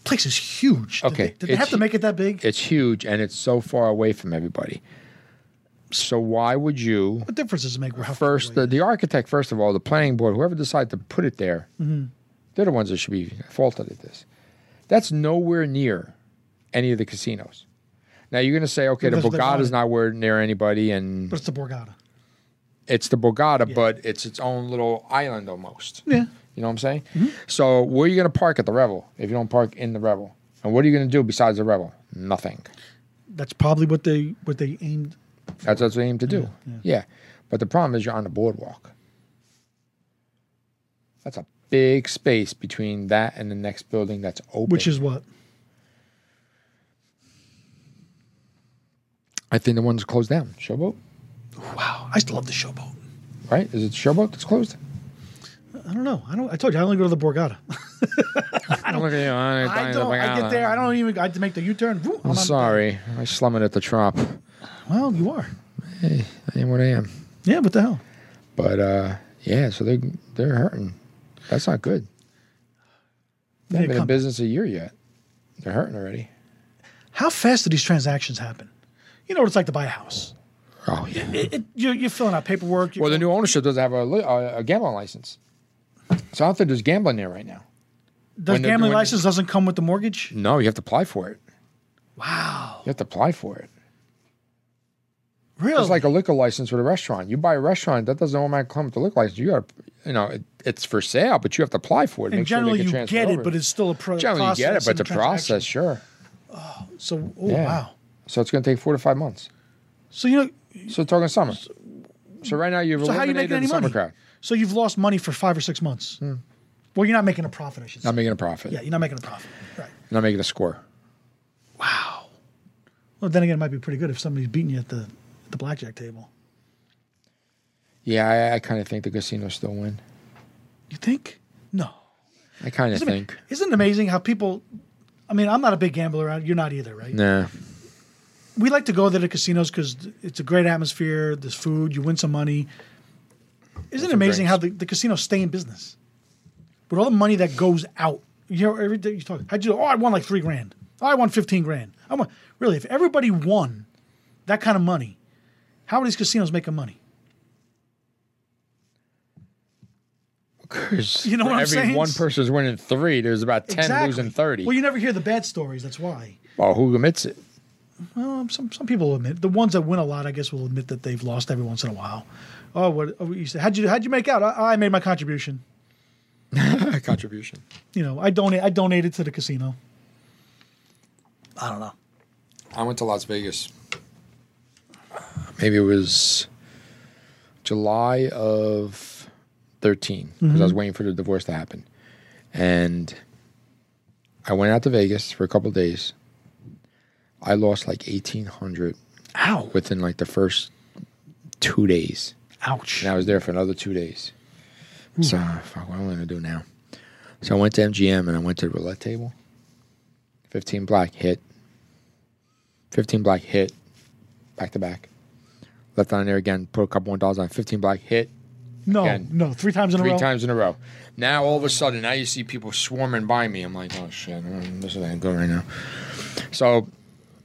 S2: Place is huge. Did
S1: Okay,
S2: they, did they
S1: it's
S2: have to
S1: hu-
S2: make it that big?
S1: It's huge and it's so far away from everybody. So why would you
S2: what difference does it make? How
S1: first the, the architect first of all the planning board whoever decided to put it there
S2: Mm-hmm.
S1: they're the ones that should be faulted at this that's nowhere near any of the casinos now you're going to say okay the
S2: Because they're
S1: bogata's
S2: not-
S1: not where near anybody and
S2: but it's the Borgata.
S1: it's the bogata but it's its own little island almost
S2: Yeah. Mm-hmm.
S1: you know what i'm saying so where are you going to park at the revel if you don't park in the revel and what are you going to do besides the revel nothing
S2: That's probably what they what they aimed.
S1: That's what we aim to do. Yeah, But the problem is you're on the boardwalk. That's a big space between that and the next building that's open.
S2: Which is what?
S1: I think the one's closed down. Showboat,
S2: Wow. I still love the showboat.
S1: right? Is it Showboat that's closed?
S2: I don't know. I don't I told you I only go to the Borgata.
S1: I don't. I
S2: I don't I get there. I don't even I have to make the U turn. Woo,
S1: I'm
S2: on-
S1: sorry. I slumming at the Trump. I
S2: Well, you are.
S1: am what I am.
S2: Yeah, what the hell?
S1: But uh, yeah, so they they're hurting. That's not good. They
S2: They
S1: haven't been in
S2: come-
S1: business a year yet. They're hurting already.
S2: How fast do these transactions happen? You know what it's like to buy a house.
S1: Oh yeah.
S2: It, it, you're, you're filling out paperwork. You're
S1: Well, the new ownership doesn't have a, li- a, a gambling license, so I don't think there's gambling there right now.
S2: the
S1: when they're
S2: gambling
S1: doing-
S2: license doesn't come with the mortgage.
S1: No, you have to apply for it.
S2: Wow,
S1: You have to apply for it.
S2: really?
S1: It's like a liquor license with a restaurant. You buy a restaurant that doesn't automatically come with the liquor license. You got, to, you know, it, it's for sale, but you have to apply for it.
S2: and
S1: make sure they
S2: generally
S1: can
S2: you
S1: transfer
S2: get
S1: over.
S2: it, but it's still a pro-
S1: generally you
S2: process.
S1: get it, but
S2: and
S1: the
S2: transaction.
S1: process, sure.
S2: So, oh
S1: Yeah.
S2: wow.
S1: So it's going to take four to five months.
S2: So you know,
S1: So talking summer. So right now you've
S2: so how you
S1: eliminated
S2: making any
S1: the summer
S2: money?
S1: crowd. Hmm.
S2: So you've lost money for five or six months. Well, you're not making a profit. I should say.
S1: Not making a profit.
S2: yeah, you're not making a profit. Right.
S1: Not making a score.
S2: Wow. Well, then again, it might be pretty good if somebody's beating you at the at the blackjack table.
S1: Yeah, I, I kind of think the casinos still win.
S2: You think? No.
S1: I kind of
S2: Isn't it-
S1: think.
S2: Isn't it amazing how people? I mean, I'm not a big gambler. I- You're not either, right?
S1: Nah.
S2: We like to go there to casinos because it's a great atmosphere. There's food. You win some money. Isn't
S1: some
S2: it amazing
S1: drinks.
S2: how the, the casinos stay in business with all the money that goes out? You know, every day you talk. How'd you do? Oh, I won like three grand. Oh, I won fifteen grand. I won. Really, if everybody won that kind of money, how are these casinos making money?
S1: Because
S2: You know
S1: for
S2: what I'm
S1: every
S2: saying?
S1: one person's winning three, there's about ten losing thirty.
S2: Well, you never hear the bad stories. That's why.
S1: well, who admits it?
S2: Well, Um, some some people will admit the ones that win a lot. I guess will admit that they've lost every once in a while. Oh, what oh, you said? How'd you how'd you make out? I, I made my contribution.
S1: contribution.
S2: You know, I donate I donated to the casino. I don't know.
S1: I went to Las Vegas. Maybe it was July of 13 because I was
S2: Mm-hmm.
S1: waiting for the divorce to happen. And I went out to Vegas for a couple days. I lost like 1800
S2: Ow!
S1: within like the first 2 days.
S2: Ouch!
S1: And I was there for another two days. So,
S2: Hmm.
S1: fuck, what am I going to do now? So I went to MGM and I went to the roulette table. 15 black hit. 15 black hit. Back to back. Left on there again, put a couple more dollars on. 15 black hit.
S2: no,
S1: again.
S2: no, three times in a
S1: Three
S2: row.
S1: times in a row. Now, all of a sudden, now you see people swarming by me. I'm like, oh shit, mm, this isn't good right now. So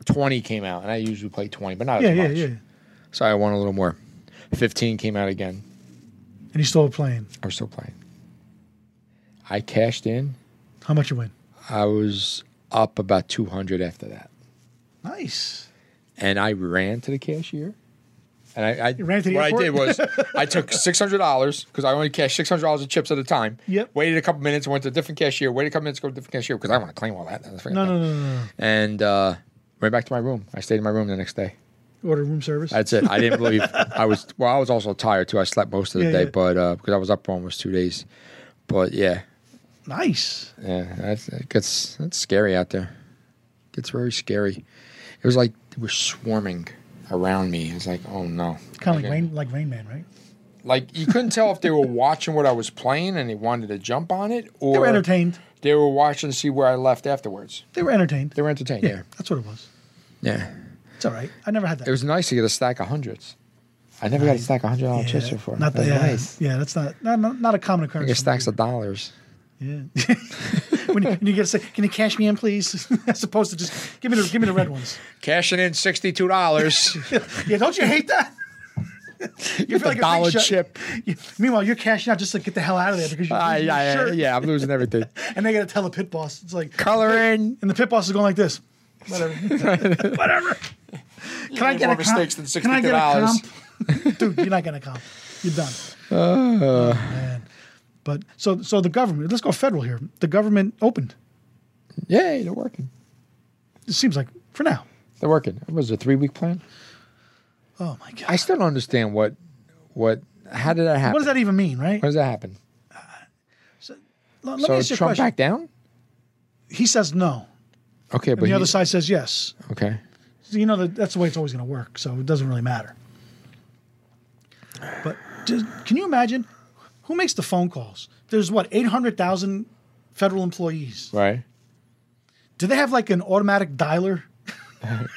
S1: 20 came out, and I usually play 20, but not
S2: Yeah,
S1: as
S2: yeah,
S1: much.
S2: yeah.
S1: So I won a little more. 15 came out again.
S2: And you still playing.
S1: I was still playing. I cashed in.
S2: How much you win?
S1: I was up about 200 after that.
S2: Nice.
S1: And I ran to the cashier And I, I
S2: ran to the
S1: what I
S2: airport?
S1: did was I took six hundred dollars because I only cashed six hundred dollars of chips at a time.
S2: Yep.
S1: Waited a couple minutes, went to a different cashier. Waited a couple minutes, go to a different cashier because I want to claim all that.
S2: No, no, no, no,
S1: And uh, went back to my room. I stayed in my room the next day.
S2: no. Order room service.
S1: That's it. I didn't leave. I was well. I was also tired too. I slept most of the
S2: Yeah,
S1: day,
S2: yeah.
S1: but uh, because I was up for almost two days. But yeah,
S2: nice.
S1: yeah, that's, it gets that's scary out there. gets very scary. It was like it was swarming around me. It was like, oh no.
S2: Kind of
S1: Okay.
S2: like Rain, like Rain Man, right?
S1: Like you couldn't tell if they were watching what I was playing and they wanted to jump on it, or
S2: They were entertained.
S1: they were watching to see where I left afterwards.
S2: They were entertained.
S1: They were entertained.
S2: yeah,
S1: Yeah,
S2: that's what it was.
S1: yeah.
S2: It's all right. I never had that.
S1: It was nice to get a stack of hundreds. I never got a stack of hundred dollar chips before.
S2: Not uh, that.
S1: That was
S2: Yeah,
S1: nice.
S2: yeah, that's not not not, not a common occurrence.
S1: I get
S2: for me
S1: stacks of
S2: either.
S1: dollars.
S2: Yeah. when, you, when you get to say, "Can you cash me in, please?" As opposed to just give me the give me the red ones.
S1: Cashing in sixty two dollars.
S2: Yeah, don't you hate that? you
S1: the dollar
S2: big shot.
S1: chip.
S2: You- meanwhile, you're cashing out just to get the hell out of there because you're
S1: I,
S2: losing your
S1: I,
S2: shirt.
S1: yeah, I'm losing everything.
S2: And they got to tell the pit boss. It's like,
S1: Coloring.
S2: and the pit boss is going like this. Whatever. Whatever. Can I
S1: made
S2: get
S1: more
S2: a comp?
S1: mistakes than
S2: Can I get a
S1: $62?
S2: comp? Dude, you're not getting a comp. You're done.
S1: Uh.
S2: oh, man. But so so the government. Let's go federal here. The government opened.
S1: Yay, they're working.
S2: It seems like for now.
S1: They're working. It was a three week plan.
S2: Oh my god.
S1: I still don't understand what, what, how did that happen?
S2: what does that even mean, right?
S1: How does that happen?
S2: Let me
S1: So
S2: ask you a
S1: Trump
S2: question.
S1: back down?
S2: He says no,
S1: Okay,
S2: and
S1: but
S2: the other
S1: he-
S2: side says yes.
S1: Okay.
S2: So you know that that's the way it's always going to work. So it doesn't really matter. But just, can you imagine who makes the phone calls? There's what eight hundred thousand federal employees.
S1: Right.
S2: Do they have like an automatic dialer?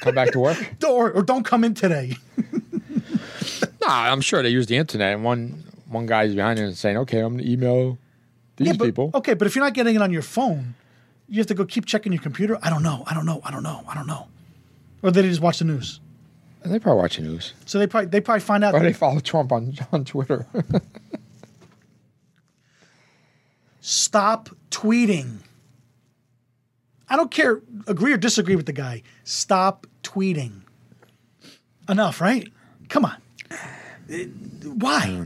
S1: Come back to work?
S2: Or, or don't come in today.
S1: nah, I'm sure they use the internet. And one one guy's behind it and saying, okay, I'm going to email these
S2: Yeah, but- oh.
S1: people.
S2: Okay, but if you're not getting it on your phone, you have to go keep checking your computer. I don't know. I don't know. I don't know. I don't know. Or they just watch the news.
S1: And they probably watch the news.
S2: So they probably they probably find out.
S1: Or they follow Trump on, on Twitter.
S2: Stop tweeting. I don't care, agree or disagree with the guy. Stop tweeting. Enough, right? Come on. It- Why?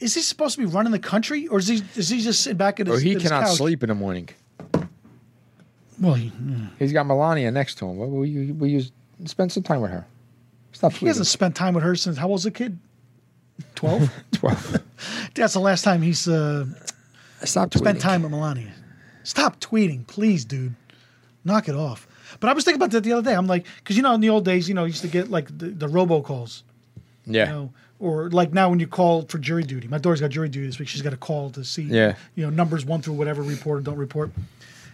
S2: Is he supposed to be running the country, or is he is he just sitting back at his?
S1: or he
S2: at his
S1: cannot
S2: couch?
S1: sleep in the morning.
S2: Well, he,
S1: He's got Melania next to him. Well, Will you, will you spend some time with her? Stop
S2: he hasn't
S1: tweeting.
S2: spent time with her since how old was the kid? Twelve.
S1: 12.
S2: That's the last time he's uh,
S1: Stop tweeting.
S2: spent time with Melania. Stop tweeting, please, dude. Knock it off. But I was thinking about that the other day. I'm like, because you know, in the old days, you know, you used to get like the, the robocalls.
S1: Yeah.
S2: you know, or like now when you call for jury duty. My daughter's got jury duty this week. She's got a call to see,
S1: Yeah.
S2: you know, numbers one through whatever report or don't report.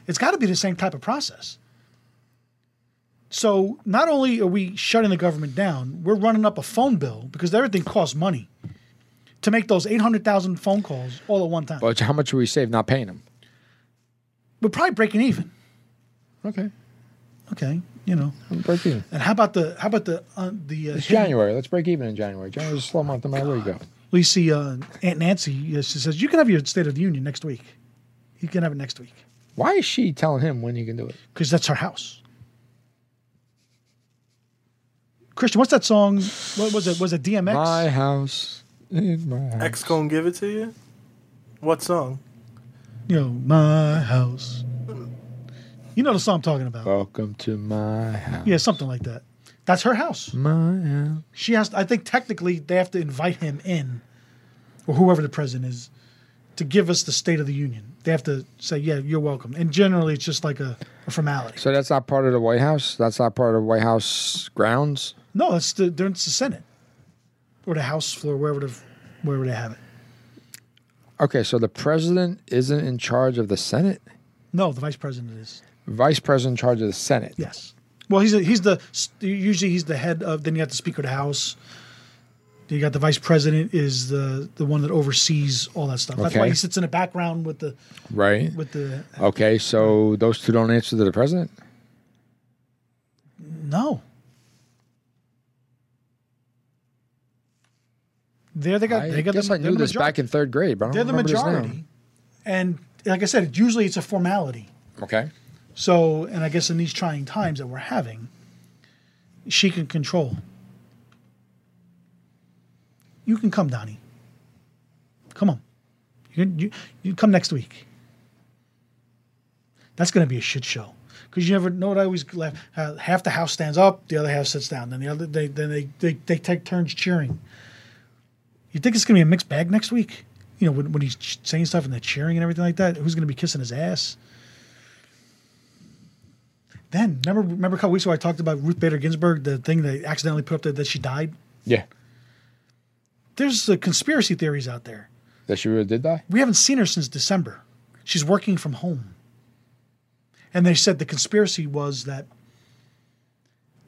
S2: It's got to be the same type of process. So not only are we shutting the government down, we're running up a phone bill because everything costs money to make those eight hundred thousand phone calls all at one time.
S1: But how much will we save not paying him?
S2: we're probably breaking even.
S1: Okay.
S2: Okay, you know.
S1: I'm break even.
S2: And how about the how about the uh, the uh,
S1: It's
S2: hidden-
S1: January. Let's break even in January. January's a slow month no matter where you go.
S2: Well, you see, uh, Aunt Nancy, uh, she says, you can have your State of the Union next week. You can have it next week
S1: Why is she telling him when he can do it?
S2: because that's her house. Christian, what's that song? What was it? Was it DMX?
S1: My house is my house.
S3: X gonna give it to you. What song?
S2: You know, my house. You know the song I'm talking about.
S1: Welcome to my house.
S2: Yeah, something like that. That's her house.
S1: My house.
S2: She has. I think technically they have to invite him in, or whoever the president is, to give us the State of the Union. They have to say, "Yeah, you're welcome." And generally, it's just like a, a formality.
S1: So that's not part of the White House? That's not part of the White House grounds?
S2: No, it's the they're- it's the Senate or the House floor, wherever the wherever they have it.
S1: Okay, so the president isn't in charge of the Senate?
S2: No, the vice president is
S1: Vice president in charge of the Senate.
S2: yes. Well, he's a, he's the usually he's the head of. Then you got the Speaker of the House. You got the vice president is the the one that oversees all that stuff. That's why
S1: Okay.
S2: he sits in the background with the
S1: Right?
S2: with the
S1: Okay, so those two don't answer to the president?
S2: no. There they got.
S1: I
S2: they got
S1: guess
S2: the,
S1: I knew
S2: they're the
S1: this
S2: major-
S1: back in third grade, but I don't
S2: They're the
S1: remember this now.
S2: majority, and like I said, it, usually it's a formality.
S1: Okay.
S2: So, and I guess in these trying times that we're having, she can control. You can come, Donnie. Come on. You you, you come next week. That's going to be a shit show. Because you never know what I always laugh. Uh, half the house stands up, the other half sits down. Then the other they then they they, they take turns cheering. You think it's going to be a mixed bag next week? You know when, when he's ch- saying stuff and they're cheering and everything like that. Who's going to be kissing his ass? Then remember remember a couple weeks ago I talked about Ruth Bader Ginsburg, the thing they accidentally put up there that she died.
S1: Yeah.
S2: There's uh, conspiracy theories out there.
S1: That she really did die?
S2: We haven't seen her since December. She's working from home. And they said the conspiracy was that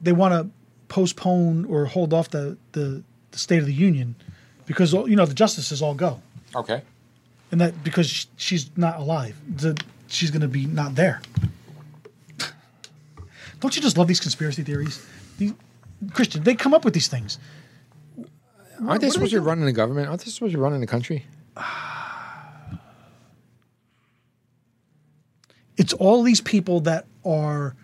S2: they want to postpone or hold off the, the, the State of the Union because, you know, the justices all go.
S1: Okay.
S3: Uh,
S2: And that because sh- she's not alive, the, she's going to be not there. Don't you just love these conspiracy theories? These, Christian, they come up with these things.
S1: Aren't they supposed to be running the government? Aren't they supposed to be running the country?
S2: it's all these people that are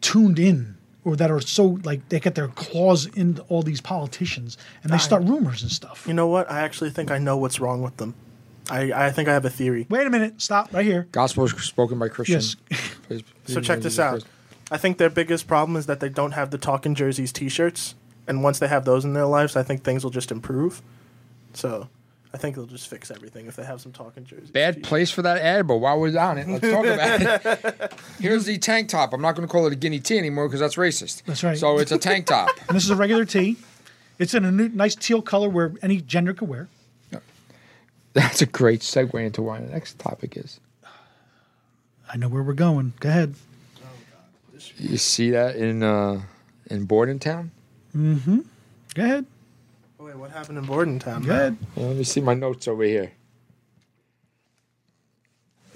S2: tuned in or that are so like they get their claws into all these politicians and they start rumors and stuff.
S3: You know what? I actually think I know what's wrong with them. I, I think I have a theory.
S2: Wait a minute, stop right here.
S1: Gospel is spoken by Christians.
S3: So check this out. I think their biggest problem is that they don't have the Talking Jerseys T-shirts, and once they have those in their lives, I think things will just improve. So I think they'll just fix everything if they have some Talking Jerseys.
S1: Bad
S3: t-shirts.
S1: place for that ad, but while we're on it, let's talk about it. Here's the tank top. I'm not going to call it a guinea tea anymore because that's racist.
S2: That's right.
S1: So it's a tank top.
S2: And this is a regular tee. It's in a new, nice teal color where any gender could wear.
S1: that's a great segue into why the next topic is.
S2: I know where we're going. Go ahead.
S1: You see that in uh, in Bordentown?
S2: Go ahead.
S3: Oh, wait, what happened in Bordentown?
S2: Go ahead.
S1: Yeah, Let me see my notes over here.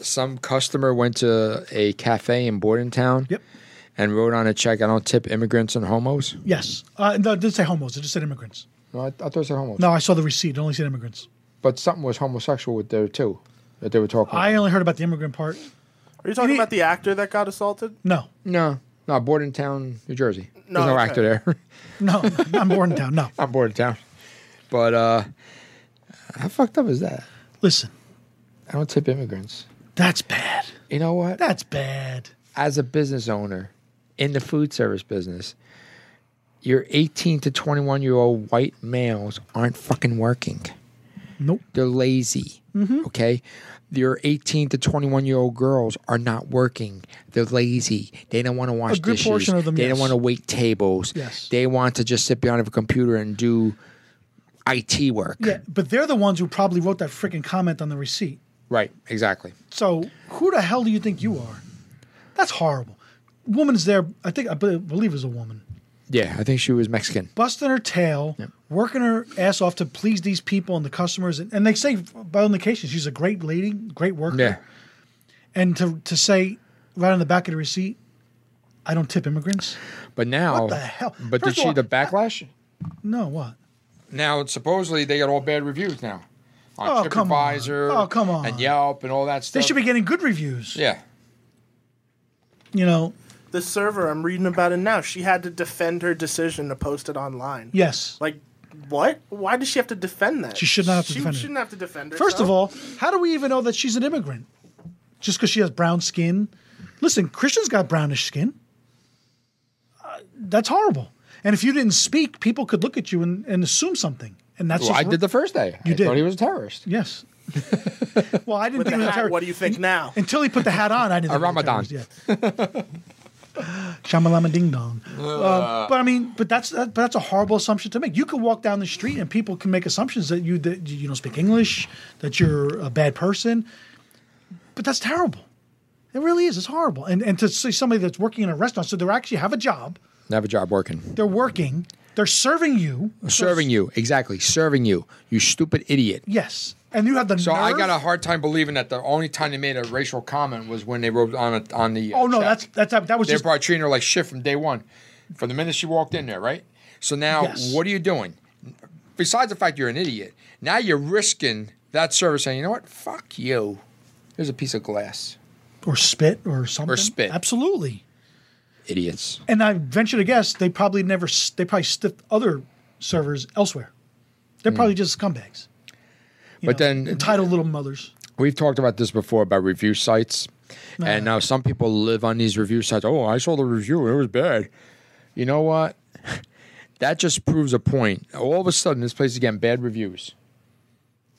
S1: Some customer went to a cafe in Bordentown
S2: Yep.
S1: and wrote on a check, I don't tip immigrants and homos.
S2: Yes. Uh, no, it didn't say homos. It just said immigrants.
S1: No, I, I thought it said homos.
S2: No, I saw the receipt. It only said immigrants.
S1: But something was homosexual with there too that they were talking
S2: I
S1: about.
S2: only heard about the immigrant part.
S3: Are you talking
S2: You need-
S3: about the actor that got assaulted?
S2: No,
S1: No, no, Bordentown, New Jersey.
S3: No,
S1: There's no
S3: okay.
S1: actor there.
S2: no, I'm Bordentown. No.
S1: I'm Bordentown. But uh, how fucked up is that?
S2: Listen,
S1: I don't tip immigrants.
S2: that's bad.
S1: You know what?
S2: That's bad.
S1: as a business owner in the food service business, your 18 to 21 year old white males aren't fucking working.
S2: Nope.
S1: They're lazy.
S2: Mm-hmm.
S1: Okay. Your 18 to 21 year old girls are not working. They're lazy. They don't want to wash
S2: A good
S1: dishes.
S2: portion of them,
S1: they
S2: yes.
S1: don't want to wait tables.
S2: Yes.
S1: They want to just sit behind a computer and do IT work.
S2: Yeah, but they're the ones who probably wrote that freaking comment on the receipt.
S1: Right. Exactly.
S2: So who the hell do you think you are? That's horrible. Woman's there. I think I be- believe it was a woman
S1: Yeah. I think she was Mexican.
S2: busting her tail, working her ass off to please these people and the customers. And, and they say by on occasion she's a great lady, great worker.
S1: Yeah.
S2: And to to say right on the back of the receipt, I don't tip immigrants.
S1: But now.
S2: What the hell?
S1: But
S2: First
S1: did
S2: of
S1: she
S2: all,
S1: the backlash?
S2: No, what?
S1: Now, supposedly they got all bad reviews now on
S2: Oh, come on.
S1: TripAdvisor,
S2: Oh, come on.
S1: and Yelp, and all that
S2: They
S1: stuff.
S2: should be getting good reviews.
S1: yeah,
S2: You know.
S3: The server I'm reading about it now. She had to defend her decision to post it online.
S2: Yes.
S3: Like, what? Why does she have to defend that?
S2: She should not have to
S3: she
S2: defend it.
S3: shouldn't have to defend herself.
S2: First of all, how do we even know that she's an immigrant? Just because she has brown skin? Listen, Christian's got brownish skin. Uh, that's horrible. And if you didn't speak, people could look at you and, and assume something. And that's
S1: well,
S2: just
S1: I did the first day.
S2: You
S1: I
S2: did.
S1: thought he was a terrorist.
S2: yes. well, I didn't think it was
S3: with the
S2: a
S3: hat,
S2: terror-
S3: what do you think now?
S2: until he put the hat on. I didn't.
S1: A
S2: think it
S1: Ramadan.
S2: was terrorist, yeah. Shamalama ding dong.
S1: Uh.
S2: Um, but I mean, but that's that, but that's a horrible assumption to make. You could walk down the street and people can make assumptions that you that you don't speak English, that you're a bad person. But that's terrible. It really is. It's horrible. And and to see somebody that's working in a restaurant, so they actually have a job,
S1: Didn't have a job working,
S2: they're working, they're serving you.
S1: serving you exactly, serving you. You stupid idiot.
S2: Yes. And you have the
S1: So I
S2: nerve-
S1: got a hard time believing that the only time they made a racial comment was when they wrote on a, on the. uh,
S2: Oh no,
S1: check.
S2: that's that's that was
S1: they're
S2: just
S1: probably treating her like shit from day one, from the minute she walked in there, right? So now,
S2: Yes.
S1: what are you doing? Besides the fact you're an idiot, now you're risking that server saying, "You know what? Fuck you." Here's a piece of glass.
S2: or spit or something.
S1: spit.
S2: Absolutely.
S1: Idiots.
S2: and I venture to guess they probably never s- they probably stiffed other servers elsewhere They're
S1: Hmm.
S2: probably just scumbags. you
S1: But then-
S2: entitled little mothers.
S1: We've talked about this before about review sites, and now some people live on these review sites. Oh, I saw the review; it was bad. You know what? that just proves a point. All of a sudden, this place is getting bad reviews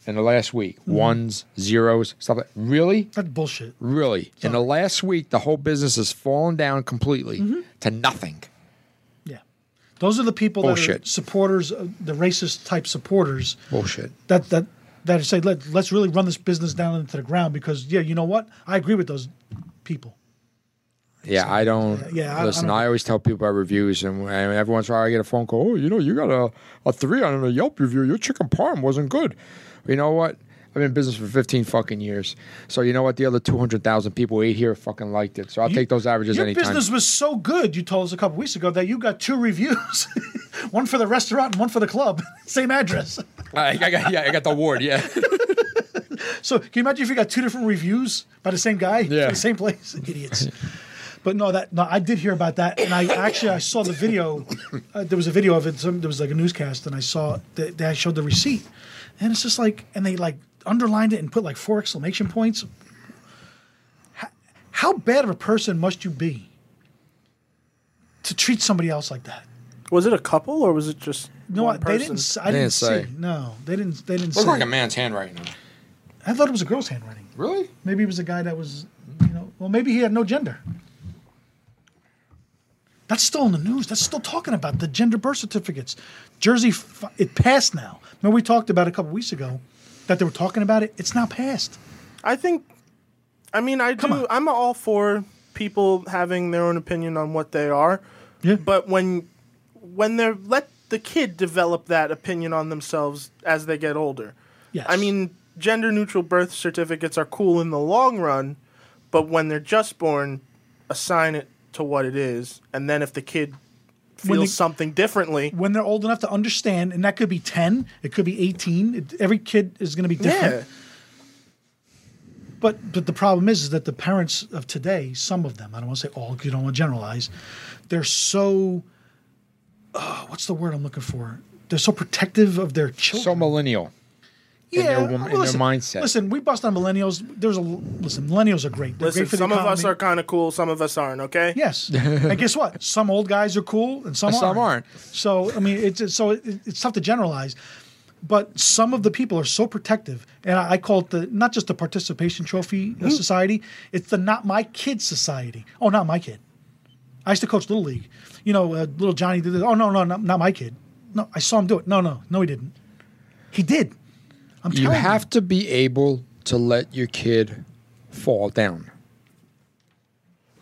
S1: in the last week. Ones, zeros, stuff. Like, really,
S2: That's bullshit.
S1: really. In the last week, the whole business has fallen down completely to nothing.
S2: Yeah. Those are the people that
S1: Bullshit.
S2: are supporters, uh, the racist type supporters
S1: Bullshit.
S2: that that that say let let's really run this business down into the ground because yeah, you know what? I agree with those people.
S1: Yeah, I don't.
S2: yeah, I- I
S1: listen,
S2: don't-
S1: I, always tell people about reviews, and, and every once in a while I get a phone call. Oh, you know, you got a, a three on a Yelp review. Your chicken parm wasn't good. You know what? I've been in business for 15 fucking years. So you know what? The other 200,000 people who ate here fucking liked it. So I'll
S2: You-
S1: take those averages
S2: Your
S1: anytime.
S2: business was so good, you told us a couple weeks ago that you got two reviews, one for the restaurant and one for the club, same address.
S1: I, I got, yeah, I got the award. Yeah.
S2: So can you imagine if you got two different reviews by the same guy,
S1: Yeah.
S2: the same place? Idiots. But no, that no, I did hear about that, and I actually I saw the video. Uh, there was a video of it. Some, there was like a newscast, and I saw that they showed the receipt, and it's just like, and they like underlined it and put like four exclamation points. How, how bad of a person must you be to treat somebody else like that?
S3: Was it a couple or was it just
S2: No, I,
S3: one
S2: they
S3: person?
S2: didn't. s-
S1: They
S2: I didn't,
S1: didn't say.
S2: see. No, they didn't. They didn't.
S1: Looks
S2: say.
S1: like a man's handwriting.
S2: I thought it was a girl's handwriting.
S1: Really?
S2: Maybe it was a guy that was, you know, well, maybe he had no gender. That's still in the news. That's still talking about the gender birth certificates. Jersey, fi- it passed now. Remember, we talked about it a couple weeks ago that they were talking about it. It's now passed.
S3: I think. I mean, I do.
S2: on.
S3: I'm all for people having their own opinion on what they are.
S2: Yeah.
S3: But when when they're let the kid develop that opinion on themselves as they get older.
S2: Yes.
S3: I mean, gender neutral birth certificates are cool in the long run, but when they're just born, assign it to what it is, and then if the kid
S2: When
S3: feels
S2: the-
S3: something differently,
S2: when they're old enough to understand, and that could be 10, it could be 18. It, every kid is going to be different.
S3: yeah,
S2: But but the problem is, is that the parents of today, some of them, I don't want to say all, 'cause you don't want to generalize, they're so uh, what's the word I'm looking for? They're so protective of their children.
S1: So millennial. in their wom- in their mindset.
S2: Listen, we bust on millennials. There's a listen. Millennials are great. They're
S3: listen,
S2: great for the
S3: some of us
S2: economy.
S3: are kind of cool, some of us aren't. Okay.
S2: Yes, and guess what? Some old guys are cool, and some
S1: And
S2: aren't.
S1: some aren't.
S2: So I mean, it's it's- so it, it's tough to generalize, but some of the people are so protective, and I, I call it the not just the participation trophy uh society. It's the not my kid society. Oh, not my kid. I used to coach little league. You know, uh, little Johnny did this. Oh no, no, not, not my kid. No, I saw him do it. No, no, no, he didn't. He did. I'm
S1: You
S2: telling
S1: have to be able to let your kid fall down.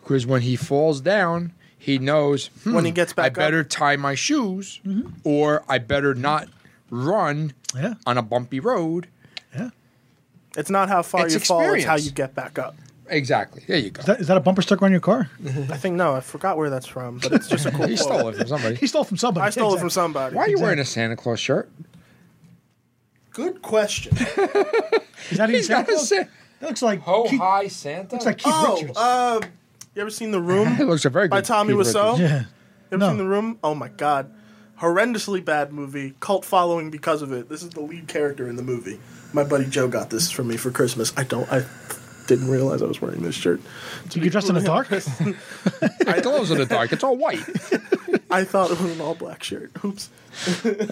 S1: Because when he falls down, he knows hmm,
S3: When he gets back
S1: I
S3: up.
S1: better tie my shoes,
S2: Mm-hmm.
S1: or I better not run
S2: Yeah.
S1: on a bumpy road.
S2: Yeah.
S3: It's not how far
S1: It's
S3: you fall; it's how
S1: experience.
S3: you get back up.
S1: Exactly. There you go.
S2: Is that, is that a bumper sticker on your car?
S3: I think no, I forgot where that's from, but it's just a cool.
S1: he
S3: quote.
S1: stole it from somebody.
S2: He stole it from somebody.
S3: I stole it from
S2: Exactly.
S3: somebody.
S1: Why are you wearing a Santa Claus shirt?
S3: Good question.
S2: Is that even
S1: He's
S2: Santa
S1: got a
S2: Claus?
S1: Sa-
S2: That looks like
S1: Ho
S2: Keith-
S1: hi Santa.
S2: looks like Keith
S3: oh,
S2: Richards.
S3: uh, you ever seen The Room?
S1: it
S3: You
S1: looks a very good
S3: by Tommy
S1: Keith
S3: Wiseau?
S1: Richards.
S2: yeah.
S3: ever
S2: No.
S3: seen The Room? Oh my god, horrendously bad movie, cult following because of it. This is the lead character in the movie. My buddy Joe got this for me for Christmas. I don't. I didn't realize I was wearing this shirt.
S2: Do you get dressed in the dark?
S1: Uh. It glows in the dark. It's all white.
S3: I thought it was an all black shirt. Oops.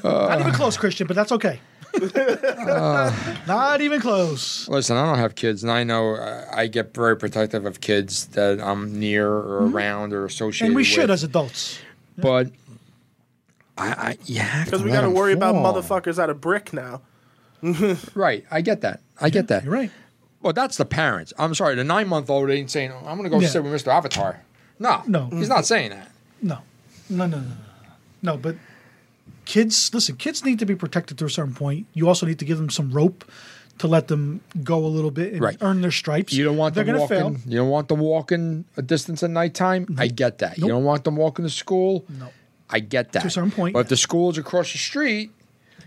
S2: Not even close, Christian, but that's okay.
S1: Uh.
S2: Not even close.
S1: Listen, I don't have kids, and I know uh, I get very protective of kids that I'm near or around or associated.
S2: Mm-hmm. And we should
S1: with.
S2: as adults.
S1: but I, I you have
S3: Because
S1: to
S3: we
S1: let
S3: got to
S1: them
S3: worry about
S1: fall.
S3: motherfuckers out of brick now.
S1: Right, I get that. I get that.
S2: You're right.
S1: Well, that's the parents. I'm sorry, the nine month old ain't saying, "Oh, "I'm going to go
S2: Yeah.
S1: sit with Mr. Avatar." No,
S2: No.
S1: he's not saying that.
S2: No. No, no, no, no. No, but kids, listen, kids need to be protected to a certain point. You also need to give them some rope to let them go a little bit and
S1: Right.
S2: earn their stripes.
S1: You don't want
S2: They're
S1: them
S2: gonna
S1: walking.
S2: fail.
S1: You don't want them walking a distance at nighttime. I get that. You
S2: Mm-hmm. Nope.
S1: don't want them walking to school.
S2: No.
S1: I get that.
S2: a certain point,
S1: But if
S2: yeah.
S1: the school's across the street,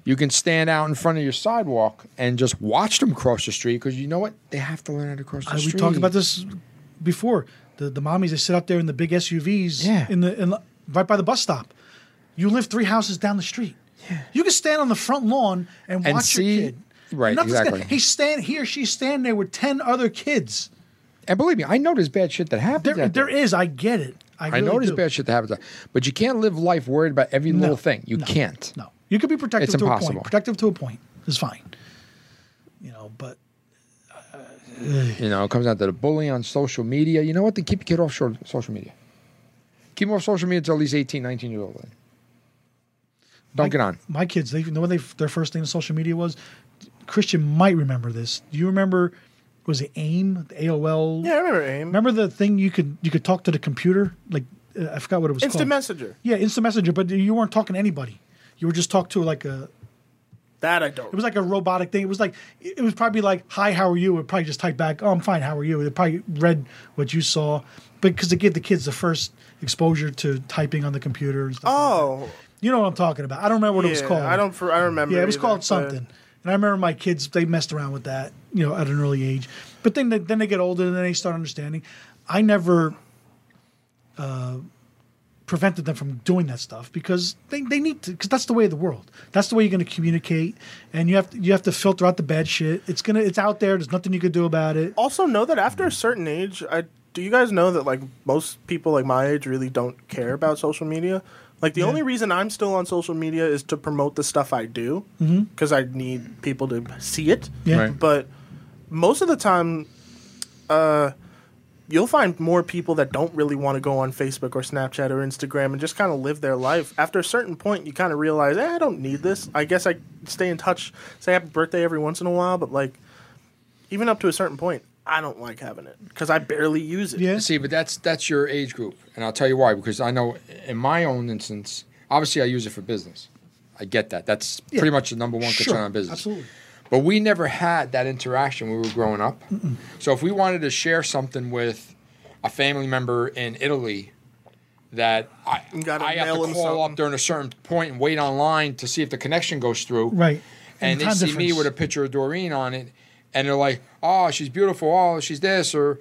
S1: you can stand out in front of your sidewalk and just watch them cross the street because you know what? They have to learn how to cross the
S2: Uh, we
S1: street.
S2: talked about this before. The the mommies they sit out there in the big SUVs
S1: Yeah.
S2: in the in, the- right by the bus stop. You live three houses down the street. You can stand on the front lawn and,
S1: And
S2: watch
S1: see-
S2: your kid.
S1: right,
S2: Nothing's gonna-
S1: exactly.
S2: he's stand he or she's standing there with ten other kids.
S1: And believe me, I know there's bad shit that happens.
S2: There,
S1: out
S2: there is. I get it. I,
S1: I
S2: really
S1: know there's
S2: do.
S1: bad shit that happens, out- but you can't live life worried about every little thing. You can't.
S2: No, you could be protective
S1: It's
S2: to a
S1: impossible.
S2: point. Protective to a point is fine. You know, but
S1: You know, it comes down to the bullying on social media. You know what? Then keep your kid off short, social media. Keep him off social media until he's 18, 19 years old. Don't get on.
S2: my kids, they you know what they their first thing on social media was. Christian might remember this. Do you remember? Was it AIM, the AOL?
S3: Yeah, I remember AIM.
S2: Remember the thing you could you could talk to the computer? Like uh, I forgot what it was
S3: Instant
S2: called.
S3: Messenger.
S2: Yeah, instant messenger, but you weren't talking to anybody. You were just talking to like a.
S3: That I don't.
S2: It was like a robotic thing. It was like it was probably like, "Hi, how are you?" It probably just typed back, "Oh, I'm fine. How are you?" It probably read what you saw, but because it gave the kids the first exposure to typing on the computer. And stuff like
S3: oh,
S2: that. you know what I'm talking about? I don't remember what
S3: yeah,
S2: it was called.
S3: I don't. For, I remember.
S2: Yeah, it was
S3: either,
S2: called
S3: but-
S2: something. And I remember my kids they messed around with that, you know, at an early age. But then they, then they get older and then they start understanding. I never uh, prevented them from doing that stuff because they, they need to because that's the way of the world. That's the way you're going to communicate, and you have to, you have to filter out the bad shit. It's gonna it's out there. There's nothing you could do about it.
S3: Also, know that after a certain age, I do you guys know that like most people like my age really don't care about social media. Like the only reason I'm still on social media is to promote the stuff I do
S2: Mm-hmm.
S3: because I need people to see it.
S2: Yeah,
S1: Right.
S3: But most of the time, uh, you'll find more people that don't really want to go on Facebook or Snapchat or Instagram and just kind of live their life. After a certain point, you kind of realize, eh, I don't need this. I guess I stay in touch, say happy birthday every once in a while, but like, even up to a certain point, I don't like having it because I barely use it.
S2: yeah.
S1: See, but that's that's your age group, and I'll tell you why. Because I know in my own instance, obviously I use it for business. I get that. That's pretty much the number one
S2: Sure,
S1: concern on business.
S2: absolutely.
S1: But we never had that interaction when we were growing up. So if we wanted to share something with a family member in Italy that I,
S3: You gotta
S1: I have
S3: mail
S1: to
S3: 'em
S1: call
S3: something.
S1: up during a certain point and wait online to see if the connection goes through.
S2: Right.
S1: And, they
S2: time
S1: see me
S2: difference.
S1: with a picture of Doreen on it and they're like, oh, she's beautiful. Oh, she's this. Or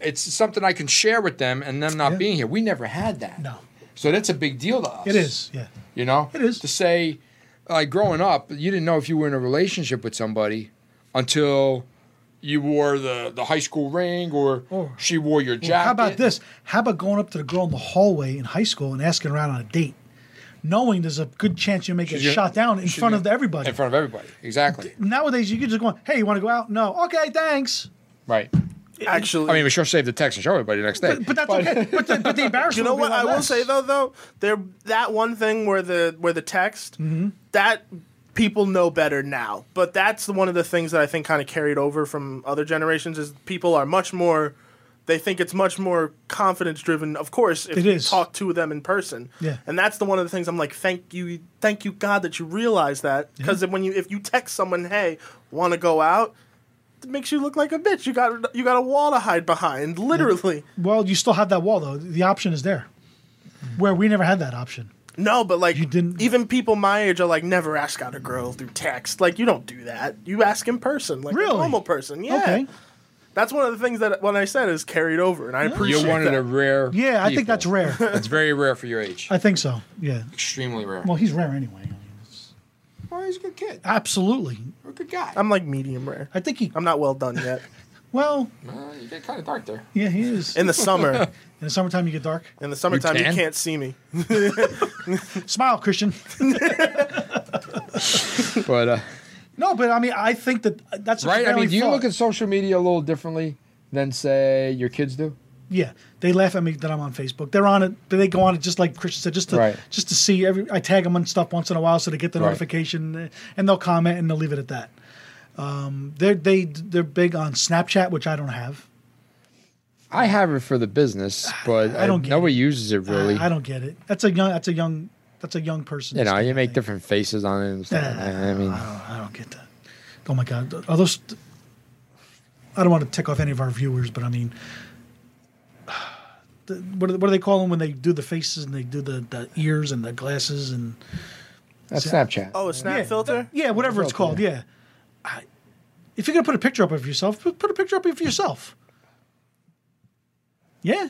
S1: it's something I can share with them and them not
S2: Yeah.
S1: being here. We never had that.
S2: No.
S1: So that's a big deal to us.
S2: It is. Yeah.
S1: You know,
S2: It is.
S1: to say, like growing up, you didn't know if you were in a relationship with somebody until you wore the the high school ring or
S2: Or-
S1: she wore your jacket.
S2: Oh. How about this? How about going up to the girl in the hallway in high school and asking her out on a date, knowing there's a good chance you may get
S1: She's gonna-
S2: shot down in front of everybody.
S1: in front of everybody? Exactly.
S2: Nowadays, you could just go, "Hey, you want to go out? No, okay, thanks."
S1: Right.
S3: Actually,
S1: I mean, we sure saved the text and show everybody the next day.
S2: But, but that's okay. But the, but the embarrassment.
S3: you know
S2: would be
S3: what
S2: a lot
S3: I will
S2: less.
S3: say though, though there that one thing where the where the text
S2: Mm-hmm.
S3: that people know better now, but that's the- one of the things that I think kind of carried over from other generations is people are much more. They think it's much more confidence driven, of course, if
S2: It
S3: you
S2: is.
S3: talk to them in person.
S2: Yeah.
S3: And that's the one of the things I'm like, thank you, thank you God that you realize that. Because when you if you text someone, hey, wanna go out, it makes you look like a bitch. You got you got a wall to hide behind, literally.
S2: Well, you still have that wall though. The option is there, where we never had that option.
S3: No, but like
S2: You didn't-
S3: even people my age are like never ask out a girl through text. Like you don't do that. You ask in person, like
S2: Really?
S3: a normal person. Yeah.
S2: Okay.
S3: That's one of the things that when I said is carried over and I appreciate
S1: You're one of
S3: that.
S1: the rare.
S2: Yeah, I think
S1: people.
S2: that's rare.
S1: That's very rare for your age.
S2: I think so. Yeah.
S1: Extremely rare.
S2: Well, he's rare anyway. I mean, it's-
S1: Oh, he's a good kid.
S2: Absolutely.
S1: You're a good guy.
S3: I'm like medium rare.
S2: I think he.
S3: I'm not well done yet.
S2: Well,
S1: Uh, you get kind of dark there.
S2: yeah, he is. In
S3: In the summer,
S2: the summertime, you get dark.
S3: in the summertime, you,
S1: can?
S3: can't see me.
S2: Smile, Christian.
S1: But uh,
S2: No, but I mean, I think that uh, that's a
S1: right, I mean,
S2: compelling
S1: do you
S2: thought.
S1: look at social media a little differently than say your kids do?
S2: yeah, they laugh at me that I'm on Facebook. They're on it. They go on it just like Christian said, just to
S1: Right.
S2: just to see every. I tag them on stuff once in a while so they get the
S1: Right.
S2: notification, uh, and they'll comment and they'll leave it at that. Um, they they they're big on Snapchat, which I don't have.
S1: I have it for the business, but
S2: I
S1: I
S2: don't
S1: don't
S2: get
S1: nobody uses it really.
S2: I, I don't get it. That's a young. That's a young. That's a young person.
S1: you know,
S2: thing,
S1: you
S2: I
S1: make
S2: think.
S1: different faces on it and stuff. I mean,
S2: I don't, I don't get that. Oh my God. Are those. I don't want to tick off any of our viewers, but I mean. the- What do, what do they call them when they do the faces and they do the, the ears and the glasses and
S1: that's Snapchat.
S3: Oh, a snap
S2: yeah,
S3: filter?
S2: yeah whatever it's called yeah, I, if you're gonna put a picture up of yourself put put a picture up of yourself yeah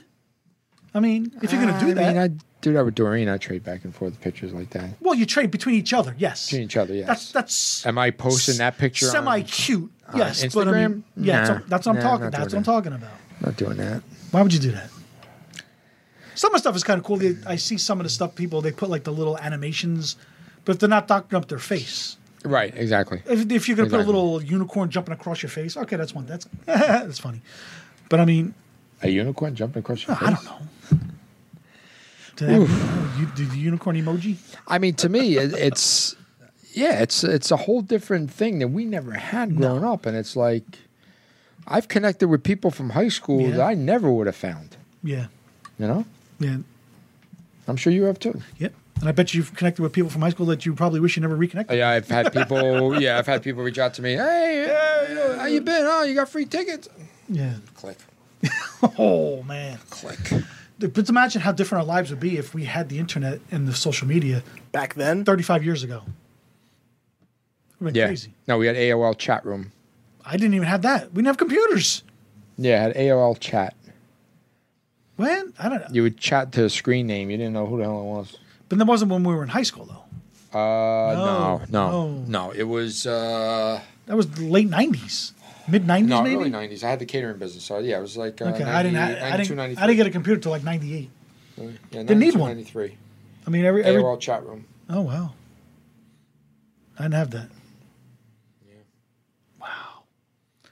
S2: I mean, if you're going to
S1: Uh,
S2: do that,
S1: I mean, I do that with Doreen. I trade back and forth pictures like that
S2: well, you trade between each other. Yes,
S1: to each other. Yes.
S2: that's that's
S1: Am I posting that picture?
S2: semi
S1: on-
S2: cute.
S1: on
S2: Yes, but I
S1: Instagram?
S2: mean, yeah,
S1: Nah.
S2: so that's what I'm
S1: Nah,
S2: talking.
S1: not
S2: That's what
S1: doing
S2: I'm talking about.
S1: Not doing that.
S2: Why would you do that? Some of the stuff is kind of cool. They- I see some of the stuff people they put like the little animations, but if they're not doctoring up their face,
S1: Right. Exactly.
S2: if, if you're gonna put a
S1: Exactly.
S2: little unicorn jumping across your face, okay, that's one. That's that's funny. But I mean,
S1: A unicorn jumping across your face.
S2: I don't know. Do, they have, you, do the unicorn emoji?
S1: I mean, to me, it, it's yeah, it's it's a whole different thing that we never had growing up, and it's like I've connected with people from high school
S2: Yeah.
S1: that I never would have found.
S2: Yeah,
S1: You know,
S2: yeah,
S1: I'm sure you have too.
S2: yeah. And I bet you've connected with people from high school that you probably wish you never reconnected.
S1: Oh, Yeah, I've had people. yeah, I've had people reach out to me. Hey, yeah, you know, how you been? Oh, you got free tickets?
S2: Yeah.
S1: Click,
S2: Oh man.
S1: click.
S2: But imagine how different our lives would be if we had the internet and the social media
S3: Back then,
S2: 35 years ago. It went
S1: Yeah.
S2: crazy.
S1: No, we had AOL chat room.
S2: I didn't even have that. We didn't have computers.
S1: Yeah, had AOL chat.
S2: When? I don't know.
S1: You would chat to a screen name. You didn't know who the hell it was.
S2: But that wasn't when we were in high school, though.
S1: Uh, no,
S2: No,
S1: no, no.
S2: no.
S1: It was. uh
S2: That was the late 90s, mid 90s,
S1: No,
S2: maybe?
S1: early uh, '90s. I had the catering business, so yeah, it was like uh,
S2: Okay,
S1: 90,
S2: I didn't. I, I,
S1: 92,
S2: didn't I
S1: 93.
S2: didn't get a computer till like '98.
S1: yeah,
S2: didn't need one.
S1: 93.
S2: I mean, every, every
S1: AOL chat room.
S2: Oh wow. I didn't have that. Yeah. Wow.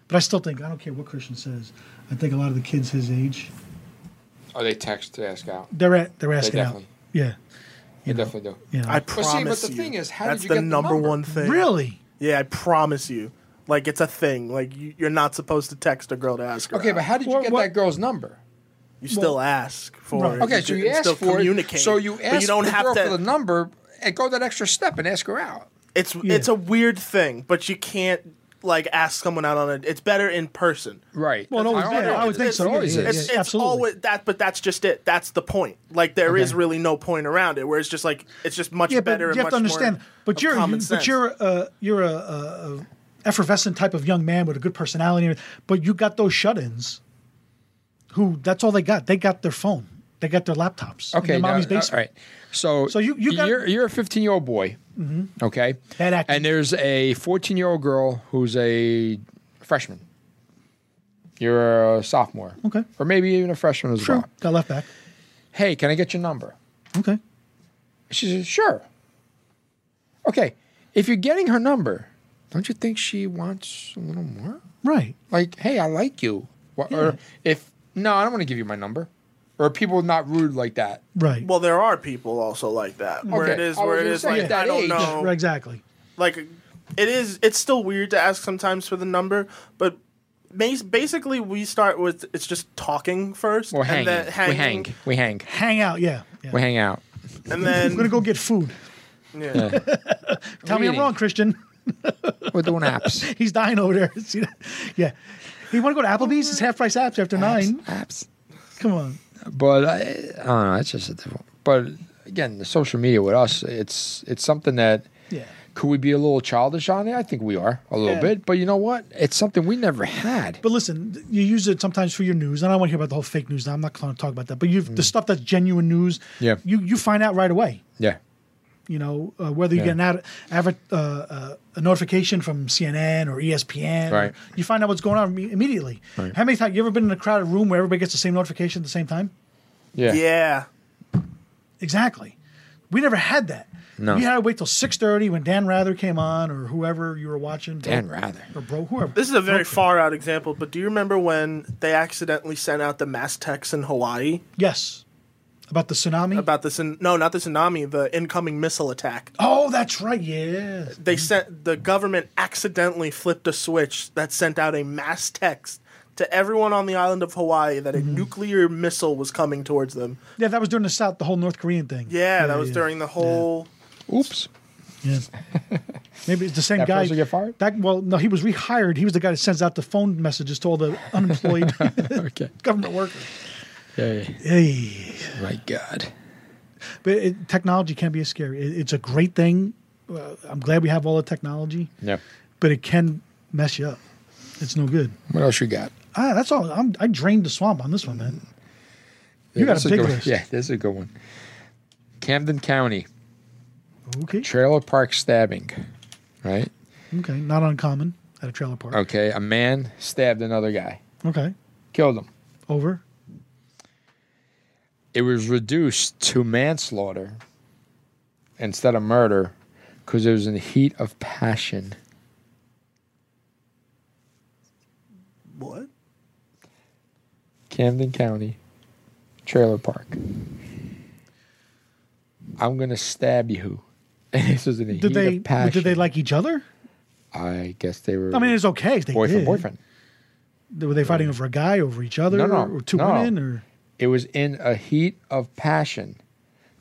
S2: But I still think I don't care what Christian says. I think a lot of the kids his age,
S1: Oh, they text to ask out.
S2: they're at they're asking out.
S1: definitely-
S2: Yeah.
S1: They
S2: You know,
S1: definitely do.
S2: yeah.
S3: I
S1: But
S3: promise
S1: see, but the
S3: you,
S1: thing is, how
S3: that's
S1: did you
S3: the
S1: get the
S3: number,
S1: number?
S3: one thing.
S2: really?
S3: Yeah, I promise you. Like it's a thing. Like you, you're not supposed to text a girl to ask her.
S1: Okay,
S3: out.
S1: but how did you
S2: Well,
S1: get
S2: what-
S1: that girl's number?
S3: you still ask for
S2: Right.
S3: it.
S1: Okay, so
S3: do-
S1: you
S3: and
S1: asked
S3: still
S1: for
S3: communicate.
S1: it. So you
S3: but
S1: asked
S3: you don't
S1: the
S3: have
S1: girl
S3: to.
S1: for the number and go that extra step and ask her out.
S3: It's it's a weird thing, but you can't like ask someone out on it. It's better in person.
S1: Right.
S2: Well, it always-
S1: I don't
S2: yeah,
S1: know.
S2: I would think
S1: It's
S2: so. It always
S1: easy.
S2: is.
S3: It's,
S2: Yeah,
S3: it's
S2: absolutely.
S3: always that, but that's just it. That's the point. Like there is really no point around it. Where it's just like it's just much
S2: Yeah, but
S3: better.
S2: you
S3: and
S2: have to
S3: much more
S2: understand. But
S3: of
S2: you're
S3: common
S2: you, but
S3: sense.
S2: you're uh, you're a, a, a effervescent type of young man with a good personality. and everything, But you got those shut-ins. Who? That's all they got. They got their phone. They got their laptops. in
S1: Okay,
S2: their
S1: now,
S2: mommy's
S1: all
S2: basement.
S1: right. So,
S2: So you- you got- Mm-hmm.
S1: are you're a 15 year old boy, okay?
S2: Bad acting.
S1: And there's a 14 year old girl who's a freshman. You're a sophomore,
S2: Okay.
S1: or maybe even a freshman as
S2: Sure.
S1: well.
S2: Got left back.
S1: Hey, can I get your number?
S2: Okay.
S1: She says, sure. Okay, if you're getting her number, don't you think she wants a little more?
S2: Right.
S1: Like, hey, I like you. Wha- Or if no, I don't want to give you my number. Or people not rude like that.
S2: Right.
S3: Well, there are people also like that. Where
S1: Okay.
S3: it is,
S1: I was
S3: where it
S1: gonna
S3: is
S1: say,
S3: like
S1: at that
S3: I don't
S1: age-
S3: know.
S2: Right, exactly.
S3: like it is it's still weird to ask sometimes for the number but bas- basically we start with it's just talking first
S1: Or hang.
S3: and then
S1: We hang. We hang.
S2: Hang out, yeah. yeah.
S1: We hang out.
S3: and
S2: I'm gonna
S3: then
S2: go get food.
S3: yeah.
S2: Tell me
S1: Really?
S2: I'm wrong, Christian.
S1: We're doing apps.
S2: He's dying over there. See that? Yeah. You want to go to Applebee's? It's half price apps after nine.
S1: apps.
S2: Come on.
S1: But I, I don't know. It's just a different. But again, the social media with us, it's it's something that
S2: Yeah.
S1: could we be a little childish on it? I think we are a little
S2: Yeah.
S1: bit. But you know what? It's something we never had.
S2: But listen, th- you use it sometimes for your news. And I don't want to hear about the whole fake news. I'm not going to talk about that. But you've the stuff that's genuine news.
S1: Mm. Yeah.
S2: You you find out right away.
S1: yeah.
S2: You know uh, whether you
S1: Yeah.
S2: get an ad, adver- uh, uh, a notification from CNN or E ESPN. or-
S1: Right.
S2: you find out what's going on imme- immediately.
S1: Right.
S2: How many times you ever been in a crowded room where everybody gets the same notification at the same time?
S1: Yeah.
S3: yeah
S2: Exactly. We never had that.
S1: No.
S2: We had to wait till six thirty when Dan Rather came on or whoever you were watching.
S1: Dan Rather.
S2: Or bro, whoever.
S3: this is a very far out example but do you remember when they accidentally sent out the mass text in hawaii
S2: yes. About the tsunami.
S3: about the tsun- no not the tsunami the incoming missile attack
S2: oh, that's right. Yes.
S3: they sent the government accidentally flipped a switch that sent out a mass text to everyone on the island of Hawaii that a nuclear missile was coming towards them.
S2: Yeah, that was during the South, the whole North Korean thing.
S3: Yeah, that was during the whole.
S1: Oops.
S2: Yeah. Maybe it's the same
S1: That
S2: guy.
S1: person get fired?
S2: That well, no, he was rehired. He was the guy that sends out the phone messages to all the unemployed
S1: Okay.
S2: government workers.
S1: Yeah.
S2: Hey.
S1: My God.
S2: But it, technology can be scary. It, it's a great thing. Uh, I'm glad we have all the technology,
S1: Yeah.
S2: but it can mess you up. It's no good.
S1: What else you got?
S2: Ah, that's all. I'm, I drained the swamp on this one, man. You got
S1: this
S2: a
S1: is
S2: big
S1: good
S2: list.
S1: One. Yeah, this is a good one. Camden County
S2: Okay.
S1: trailer park stabbing, right?
S2: Okay. Not uncommon at a trailer park.
S1: Okay, a man stabbed another guy,
S2: Okay.
S1: killed him.
S2: Over.
S1: It was reduced to manslaughter instead of murder because it was in the heat of passion.
S3: What?
S1: Camden County trailer park. I'm gonna stab you. And this was in the
S2: Did
S1: heat
S2: they
S1: of passion.
S2: did they like each other?
S1: I guess they were.
S2: I mean, it's okay if they
S1: boyfriend,
S2: did.
S1: boyfriend.
S2: Were they fighting over a guy, over each other,
S1: No, no,
S2: or two
S1: no.
S2: women, or
S1: It was in a heat of passion.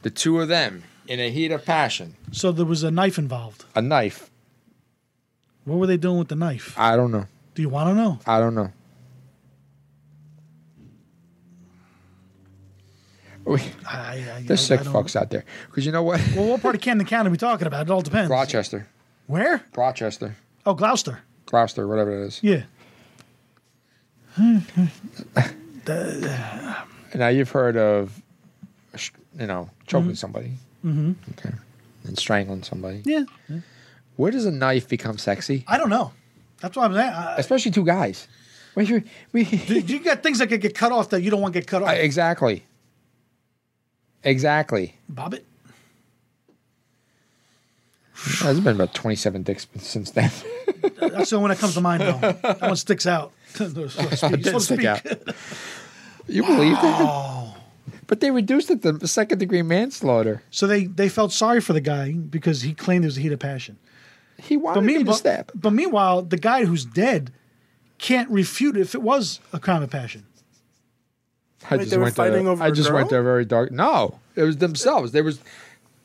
S1: The two of them in a heat of passion.
S2: so there was a knife involved?
S1: A knife.
S2: What were they doing with the knife?
S1: I don't know.
S2: Do you want to know?
S1: I don't know. We,
S2: I, I,
S1: there's
S2: I- I
S1: sick
S2: don't-
S1: fucks out there. Because you know what?
S2: Well, what part of Camden County are we talking about? It all depends.
S1: Rochester.
S2: Where?
S1: Rochester.
S2: Oh, Gloucester.
S1: Gloucester, whatever it is.
S2: Yeah.
S1: Now you've heard of, you know, choking somebody. Mm-hmm. Okay. And strangling somebody.
S2: Yeah.
S1: Where does a knife become sexy?
S2: I don't know. That's what I'm saying. I,
S1: Especially two guys. Where you, we,
S2: you got things that could get cut off that you don't want to get cut off.
S1: I- Uh, exactly. Exactly.
S2: Bob it.
S1: There's been about 27 dicks since then.
S2: That's the one that comes to mind, though. That one sticks out. So to speak. So to speak.
S1: You believe that? But they reduced it to second degree manslaughter.
S2: So they, they felt sorry for the guy because he claimed it was a heat of passion.
S1: He wanted
S2: But
S1: me to
S2: meanwhile,
S1: stab.
S2: but meanwhile, the guy who's dead can't refute if it was a crime of passion.
S1: I
S3: they were fighting
S1: to,
S3: over
S1: I
S3: a
S1: just went
S3: girl?
S1: to a very dark. No, it was themselves. There was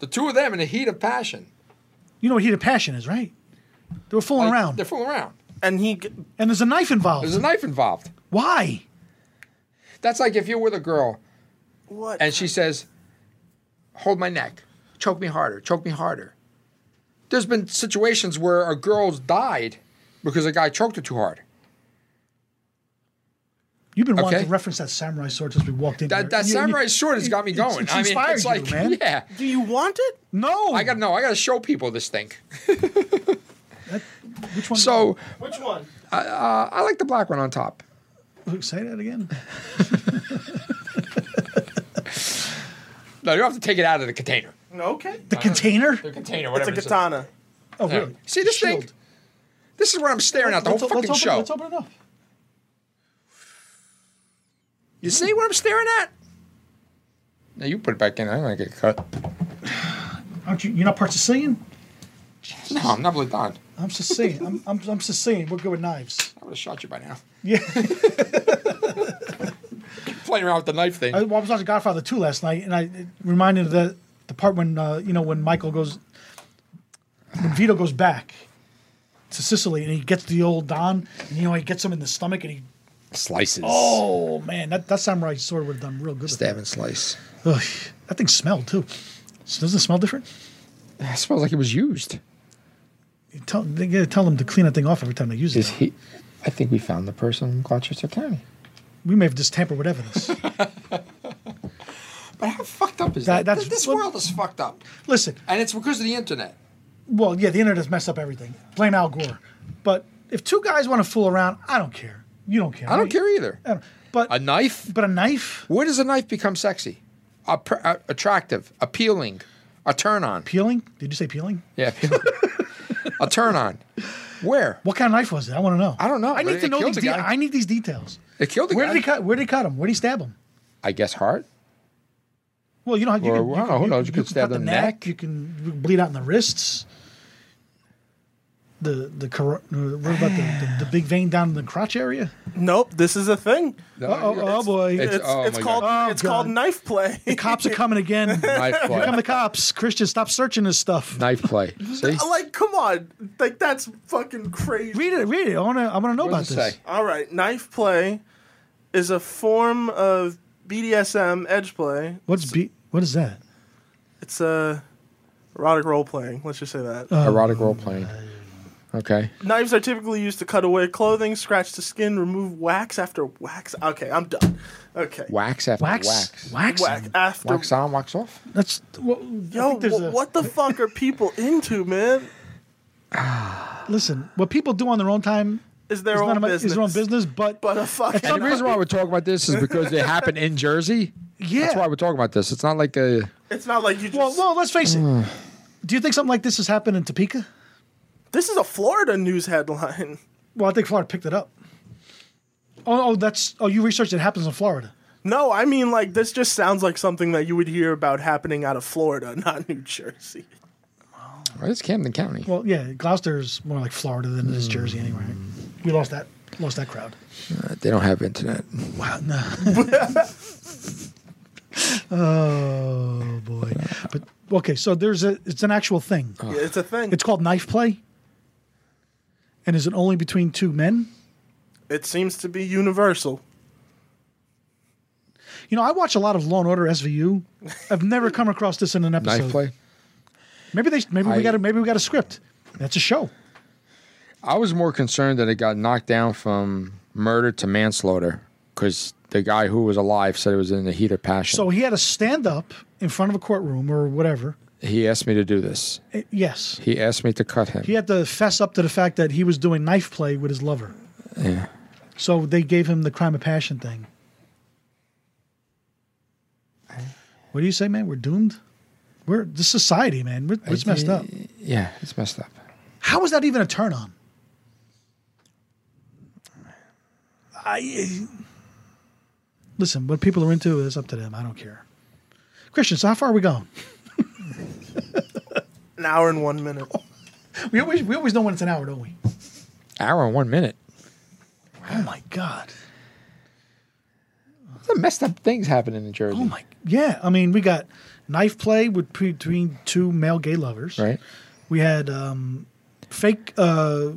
S1: the two of them in a heat of passion.
S2: You know what heat of passion is, right? They were fooling
S1: Like,
S2: around,
S1: They're fooling around.
S3: And he g-
S2: and there's a knife involved.
S1: There's a knife involved.
S2: Why?
S1: That's like if you're with a girl
S3: what?
S1: and she says, "Hold my neck, choke me harder, choke me harder." There's been situations where a girl's died because a guy choked her too hard.
S2: You've been wanting
S1: Okay.
S2: to reference that samurai sword since we walked in.
S1: That,
S2: there.
S1: that
S2: You- you-
S1: samurai sword has got me
S2: it's-
S1: going.
S2: it's
S1: I mean,
S2: inspired
S1: it's
S2: you,
S1: like,
S2: man.
S1: yeah,
S3: do you want it?
S2: No,
S1: I got no, I got to show people this thing.
S2: Which one?
S1: So
S4: Which one?
S1: uh, I like the black one on top.
S2: Oh, say that again.
S1: No, you have to take it out of the container.
S3: Okay.
S2: The container.
S1: The container,
S3: It's
S1: whatever.
S3: a
S1: it is.
S3: katana.
S2: Oh, really?
S1: See this
S2: Shield.
S1: thing? This is what I'm staring at the whole
S2: Let's-
S1: fucking
S2: let's
S1: show.
S2: Open, let's open it up.
S1: You see what I'm staring at? Now you put it back in. I'm gonna get cut.
S2: Aren't you? You're not part Sicilian.
S1: No, I'm not really done.
S2: I'm Sicilian. I'm, I'm I'm Sicilian. We're good with knives.
S1: I would have shot you by now.
S2: Yeah.
S1: Playing around with the knife thing.
S2: I, well, I was watching Godfather two last night, and I it reminded of the the part when uh, you know when Michael goes, when Vito goes back to Sicily, and he gets the old Don, and you know he gets him in the stomach, and he
S1: Slices.
S2: oh man, that, that samurai sword would have done real good. with that.
S1: Stab and slice.
S2: Ugh, that thing smelled too. So Doesn't it smell different?
S1: It smells like it was used.
S2: You tell, they gotta tell them to clean that thing off every time they use it.
S1: Is he? I think we found the person in Gloucester County.
S2: We may have just tampered with evidence.
S1: But how fucked up is that?
S2: That- that's-
S1: this
S2: well-
S1: world is fucked up,
S2: Listen,
S1: and it's because of the internet.
S2: well, yeah, the internet's messed up everything. Blame Al Gore. But if two guys want to fool around, I don't care. You don't care.
S1: I don't
S2: right?
S1: care either.
S2: I don't- But
S1: A knife?
S2: but a knife
S1: Where does a knife become sexy? Appre- uh, attractive, appealing, a turn on.
S2: peeling? Did you say peeling?
S1: Yeah, appealing. a turn on. Where?
S2: What kind of knife was it? I want to know.
S1: I don't know,
S2: I
S1: but
S2: need to
S1: it
S2: know
S1: killed
S2: these.
S1: the
S2: De-
S1: guy.
S2: I need these details.
S1: It killed the
S2: Where
S1: guy.
S2: did he cut? Where did he cut him? Where did he stab him?
S1: I guess heart.
S2: Well, you don't have. You
S1: Or,
S2: can,
S1: I
S2: you
S1: don't
S2: can-
S1: know, who
S2: you-
S1: knows? You
S2: you
S1: could
S2: can
S1: stab
S2: cut
S1: the neck.
S2: You can you can bleed out in the wrists. The the cor- uh, what about the, the, the big vein down in the crotch area?
S3: Nope. This is a thing.
S2: oh, oh, boy.
S1: It's,
S3: It's,
S1: oh
S3: it's
S1: my
S3: called
S1: God.
S2: God.
S3: it's
S2: Oh,
S3: called
S2: God.
S3: knife play.
S2: The cops are coming again.
S1: knife play.
S2: Come the cops, Christian! Stop searching this stuff.
S1: knife play. See?
S3: like, come on. Like that's fucking crazy.
S2: Read it, read it. I wanna, I wanna know about
S1: What does it
S2: this.
S1: say?
S3: All right, knife play is a form of BDSM edge play.
S2: What's B? What is that?
S3: It's a erotic role playing. Let's just say that.
S1: Erotic role playing. Okay.
S3: Knives are typically used to cut away clothing, scratch the skin, remove wax after wax. Okay, I'm done. Okay.
S1: Wax after
S2: Wax,
S1: wax.
S2: wax,
S3: Wax after
S1: Wax on, wax off.
S2: That's well, I
S3: Yo,
S2: think there's
S3: wh-
S2: a-
S3: what the fuck are people into, man?
S2: Listen, what people do on their own time
S3: Is their
S2: is
S3: own
S2: none of my,
S3: business.
S2: is their own business, but,
S3: But a fucking.
S2: not
S1: And the reason why we're talking about this is because it happened in Jersey.
S2: yeah.
S1: That's why we're talking about this. It's not like a.
S3: It's not like you just.
S2: well, well, let's face it. Do you think something like this has happened in Topeka?
S3: this is a Florida news headline.
S2: Well, I think Florida picked it up. Oh, oh, that's oh, you researched it happens in Florida.
S3: No, I mean like this just sounds like something that you would hear about happening out of Florida, not New Jersey.
S1: Well, it's Camden County.
S2: Well, yeah, Gloucester is more like Florida than it is Jersey anyway. right? We lost that lost that crowd.
S1: Uh, they don't have internet.
S2: Wow, no. oh boy. But okay, so there's a it's an actual thing.
S3: Yeah, it's a thing.
S2: It's called knife play. And is it only between two men?
S3: it seems to be universal.
S2: You know, I watch a lot of Law and Order SVU. I've never come across this in an episode.
S1: Knife play.
S2: Maybe they maybe we
S1: I-
S2: got a maybe we got a script. That's a show.
S1: I was more concerned that it got knocked down from murder to manslaughter because the guy who was alive said it was in the heat of passion.
S2: So he had to stand up in front of a courtroom or whatever.
S1: he asked me to do this.
S2: Eh, yes.
S1: He asked me to cut him.
S2: He had to fess up to the fact that he was doing knife play with his lover.
S1: Yeah.
S2: So they gave him the crime of passion thing. What do you say, man? We're doomed? We're the society, man. We're, it's messed up.
S1: Yeah, it's messed up.
S2: How is that even a turn on? I listen. What people are into is up to them. I don't care. Christian, so how far are we going?
S3: An hour and one minute.
S2: We always we always know when it's an hour, don't we?
S1: Hour and one minute.
S2: Oh my god.
S1: Some messed up things happening in Jersey.
S2: Oh my. Yeah. I mean, we got knife play with between two male gay lovers.
S1: Right.
S2: We had um, fake uh,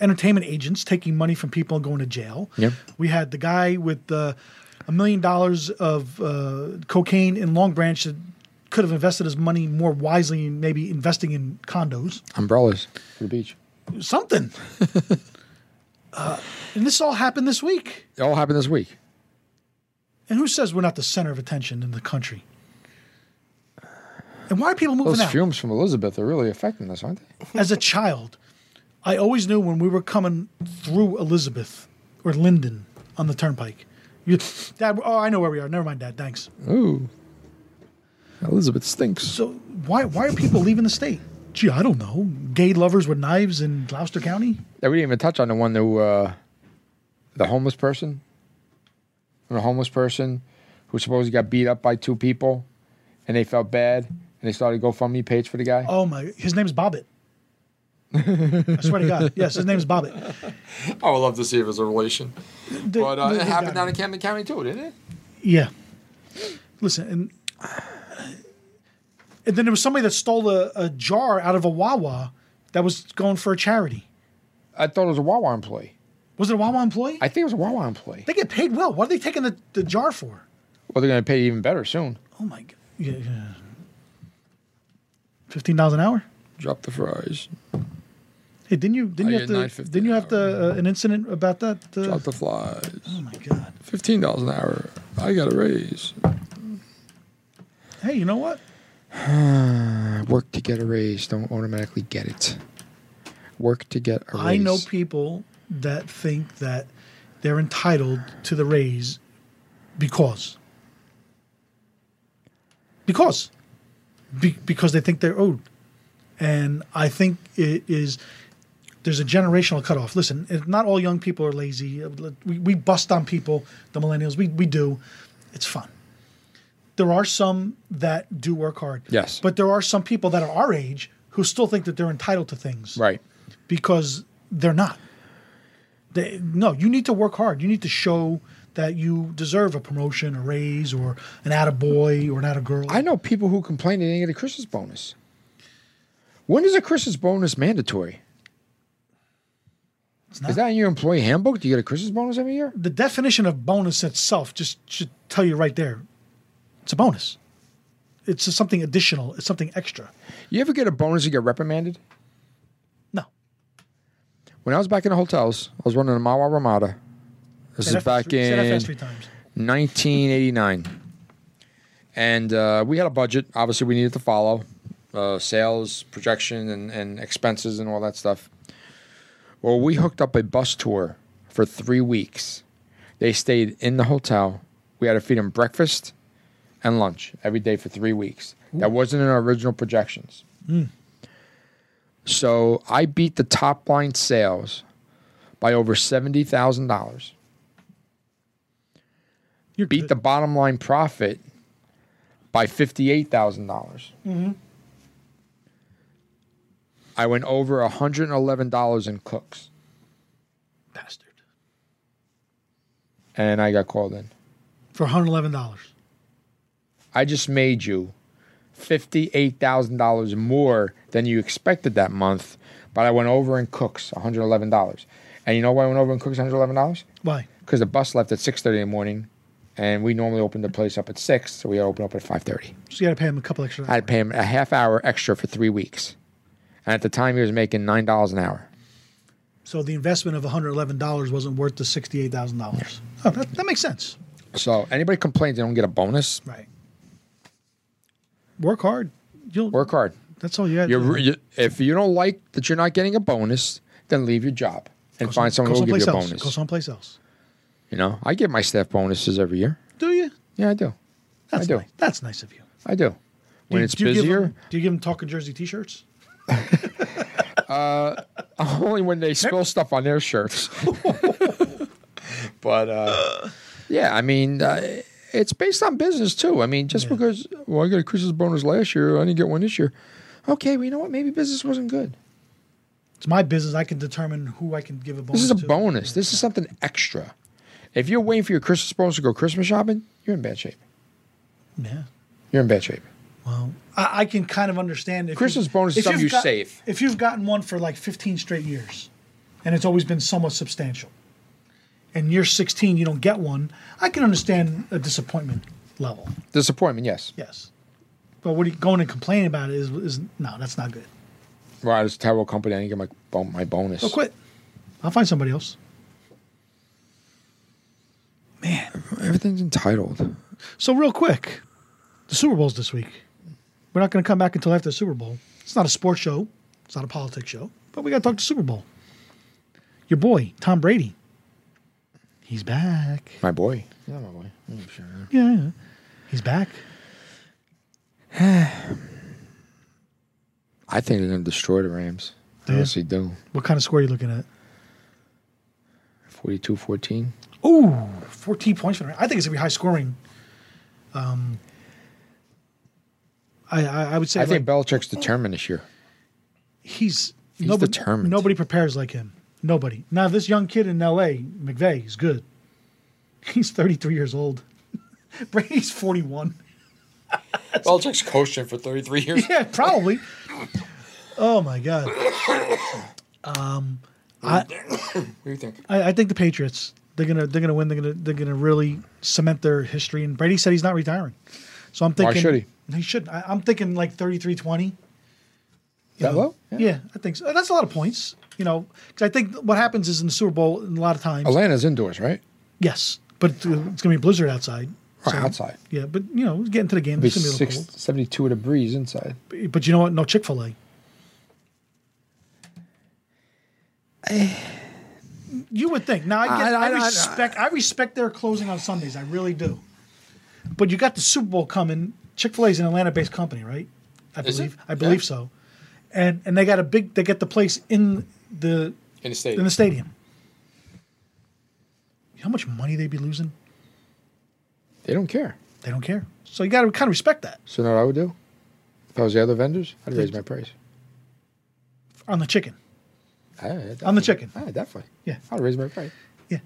S2: entertainment agents taking money from people and going to jail.
S1: Yep.
S2: We had the guy with uh, a million dollars of uh, cocaine in Long Branch that could have invested his money more wisely in maybe investing in condos,
S1: Umbrellas for the beach.
S2: something. uh, and this all happened this week.
S1: It all happened this week.
S2: And who says we're not the center of attention in the country? And why are people moving
S1: Those
S2: out?
S1: fumes from Elizabeth are really affecting us, aren't they?
S2: as a child, I always knew when we were coming through Elizabeth or Linden on the turnpike. You, Dad, oh, I know where we are. Never mind, Dad. Thanks.
S1: Ooh. Elizabeth stinks.
S2: So why why are people leaving the state? Gee, I don't know. Gay lovers with knives in Gloucester County.
S1: Yeah, we didn't even touch on the one who, uh, the homeless person, the homeless person who supposedly got beat up by two people, and they felt bad, and they started a GoFundMe page for the guy.
S2: Oh my, his name's Bobbitt. I swear to God, yes, his name's Bobbitt.
S1: I would love to see if it's a relation.
S2: The-
S1: uh,
S2: the- the guy.
S1: in Camden County too, didn't it?
S2: Yeah. Listen, and and then there was somebody that stole a, a jar out of a Wawa that was going for a charity.
S1: I thought it was a Wawa employee.
S2: Was it a Wawa employee?
S1: I think it was a Wawa employee.
S2: They get paid well. What are they taking the, the jar for?
S1: Well, they're going to pay even better soon.
S2: Oh my god. Yeah, yeah. Fifteen dollars an hour?
S1: Drop the fries.
S2: Hey, didn't you didn't
S1: I
S2: you
S1: get
S2: have to
S1: $9.50
S2: didn't you have to uh, an incident about that? Uh,
S1: the flies.
S2: oh my god.
S1: Fifteen dollars an hour. I got a raise.
S2: Hey, you know what?
S1: Work to get a raise. Don't automatically get it. Work to get a raise.
S2: I know people that think that they're entitled to the raise because because Be- because they think they're owed, and I think it is. There's a generational cutoff. Listen, it- not all young people are lazy. We, we bust on people, the millennials. We, we do. It's fun. There are some that do work hard.
S1: Yes.
S2: But there are some people that are our age who still think that they're entitled to things
S1: Right.
S2: because they're not. They, no, you need to work hard. You need to show that you deserve a promotion, a raise, or an attaboy, or an attagirl.
S1: I know people who complain they didn't get a Christmas bonus. When is a Christmas bonus mandatory?
S2: It's
S1: Is
S2: not.
S1: that in your employee handbook? Do you get a Christmas bonus every year?
S2: the definition of bonus itself just should tell you right there. It's a bonus. It's just something additional. It's something extra.
S1: You ever get a bonus and get reprimanded?
S2: No.
S1: When I was back in the hotels, I was running the Mawa Ramada. This
S2: Said
S1: is
S2: that
S1: back
S2: three- said that
S1: in
S2: fast three times.
S1: 1989. And uh, we had a budget, obviously, we needed to follow uh, sales, projection, and, and expenses, and all that stuff. Well, we hooked up a bus tour for three weeks. They stayed in the hotel. We had to feed them breakfast and lunch every day for three weeks. That wasn't in our original projections. So I beat the top line sales by over $70,000
S2: You're
S1: beat the
S2: good.
S1: bottom line profit by fifty-eight thousand dollars. Mm-hmm. I went over hundred and eleven dollars in cooks,
S2: bastard
S1: and I got called in.
S2: for 111 dollars.
S1: I just made you fifty-eight thousand dollars more than you expected that month, but I went over in cooks one hundred eleven dollars. And you know why I went over in cooks one hundred eleven dollars?
S2: Why?
S1: Because the bus left at six thirty in the morning, and we normally open the place up at six, so we had to open up at five thirty.
S2: So you got to pay him a couple extra.
S1: I had to pay him a half hour extra for three weeks. And at the time, he was making nine dollars an hour.
S2: So the investment of 111 dollars wasn't worth the 68 thousand dollars. Oh, that, that makes sense.
S1: So anybody complains they don't get a bonus,
S2: Right. Work hard. You'll
S1: work hard.
S2: That's all you had.
S1: You're,
S2: to do.
S1: you, if you don't like that you're not getting a bonus, then leave your job and
S2: Go
S1: find
S2: some-
S1: someone who will
S2: go
S1: give you a
S2: someplace else.
S1: bonus.
S2: Go someplace else.
S1: you know, I give my staff bonuses every year.
S2: Do you?
S1: Yeah, I do.
S2: That's
S1: I do.
S2: Nice. That's nice of you.
S1: I do.
S2: Do
S1: When
S2: you-
S1: it's
S2: do you give
S1: busier,
S2: them- do you give them talking jersey T-shirts?
S1: only when they spill stuff on their shirts. but uh, yeah, I mean, uh, it's based on business too. I mean, just because well, I got a Christmas bonus last year, I didn't get one this year. Okay, well, you know what? Maybe business wasn't good.
S2: It's my business. I can determine who I can give a bonus.
S1: This is a
S2: to.
S1: bonus. This is something extra. If you're waiting for your Christmas bonus to go Christmas shopping, you're in bad shape.
S2: Yeah.
S1: You're in bad shape.
S2: Well, I, I can kind of understand if
S1: Christmas
S2: you-
S1: bonus is
S2: if
S1: something
S2: you've
S1: you save.
S2: If you've gotten one for like 15 straight years, and it's always been somewhat substantial, and year 16 you don't get one, I can understand a disappointment level.
S1: Disappointment, yes.
S2: Yes. But what are you going and complain about it is is no, that's not good.
S1: Right, it's a terrible company. I didn't get my bon- my bonus.
S2: So quit. I'll find somebody else. Man.
S1: Everything's entitled.
S2: So real quick, the Super Bowl's this week. We're not going to come back until after the Super Bowl. It's not a sports show. It's not a politics show. But we got to talk to Super Bowl. Your boy Tom Brady. He's back.
S1: My boy. Yeah, my boy. I'm sure.
S2: Yeah, yeah. he's back.
S1: I think they're going to destroy the Rams. They
S2: Yeah.
S1: honestly do.
S2: What kind of score are you looking at?
S1: 42 14.
S2: Ooh, 14 points for the I think it's gonna be high scoring. Um, I, I I would say
S1: I
S2: like,
S1: think Belichick's determined this year.
S2: he's
S1: he's
S2: nobody
S1: determined.
S2: nobody prepares like him. Nobody. Now this young kid in L.A. McVay is good. He's 33 years old. Brady's 41.
S1: Belichick's coached him for 33 years.
S2: Yeah, probably. oh my god. Um,
S1: What do you think?
S2: I, I think the Patriots. They're gonna they're gonna win. They're gonna they're gonna really cement their history. And Brady said he's not retiring. So I'm thinking
S1: should he?
S2: He should. I, I'm thinking like 33-20.
S1: That low?
S2: Yeah. I think so. That's a lot of points. You know, 'cause I think what happens is in the Super Bowl, a lot of times,
S1: Atlanta's indoors, right?
S2: yes, but it's going to be a blizzard outside.
S1: Or outside.
S2: Yeah, but you know, getting to the game,
S1: It'd
S2: it's
S1: be
S2: going to be a
S1: six,
S2: little
S1: 72 with a breeze inside.
S2: cold. But you know what? No Chick Fil A. You would think. Now I get.
S1: I-
S2: I,
S1: I- I-
S2: respect. I, respect their closing on Sundays. I really do. But you got the Super Bowl coming. Chick Fil A is an Atlanta-based company, right? I
S1: Is it?
S2: believe. I believe so. And and they got a big. They get the place in the
S1: In the state.
S2: in the stadium. You know how much money they'd be losing?
S1: They don't care.
S2: They don't care. So you got to kind of respect that
S1: So, you know what I would do? If I was the other vendors, I'd raise my price.
S2: on the chicken.
S1: I, I'd
S2: On
S1: Ah,
S2: the
S1: definitely-
S2: chicken.
S1: I, definitely.
S2: Yeah.
S1: I'd raise my price.
S2: Yeah.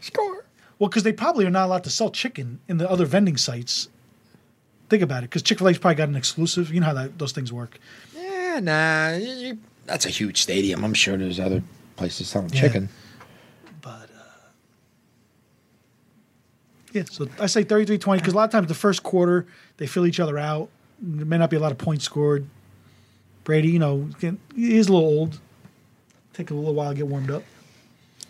S1: Score.
S2: Well, because they probably are not allowed to sell chicken in the other vending sites. Think about it, because Chick Fil A's probably got an exclusive. You know how that, those things work.
S1: Yeah, nah. you- you- that's a huge stadium. I'm sure there's other places selling
S2: Yeah.
S1: chicken.
S2: But uh, yeah, so I say 33-20, because a lot of times the first quarter they fill each other out. There may not be a lot of points scored. Brady, you know, can- he is a little old. Take a little while to get warmed up.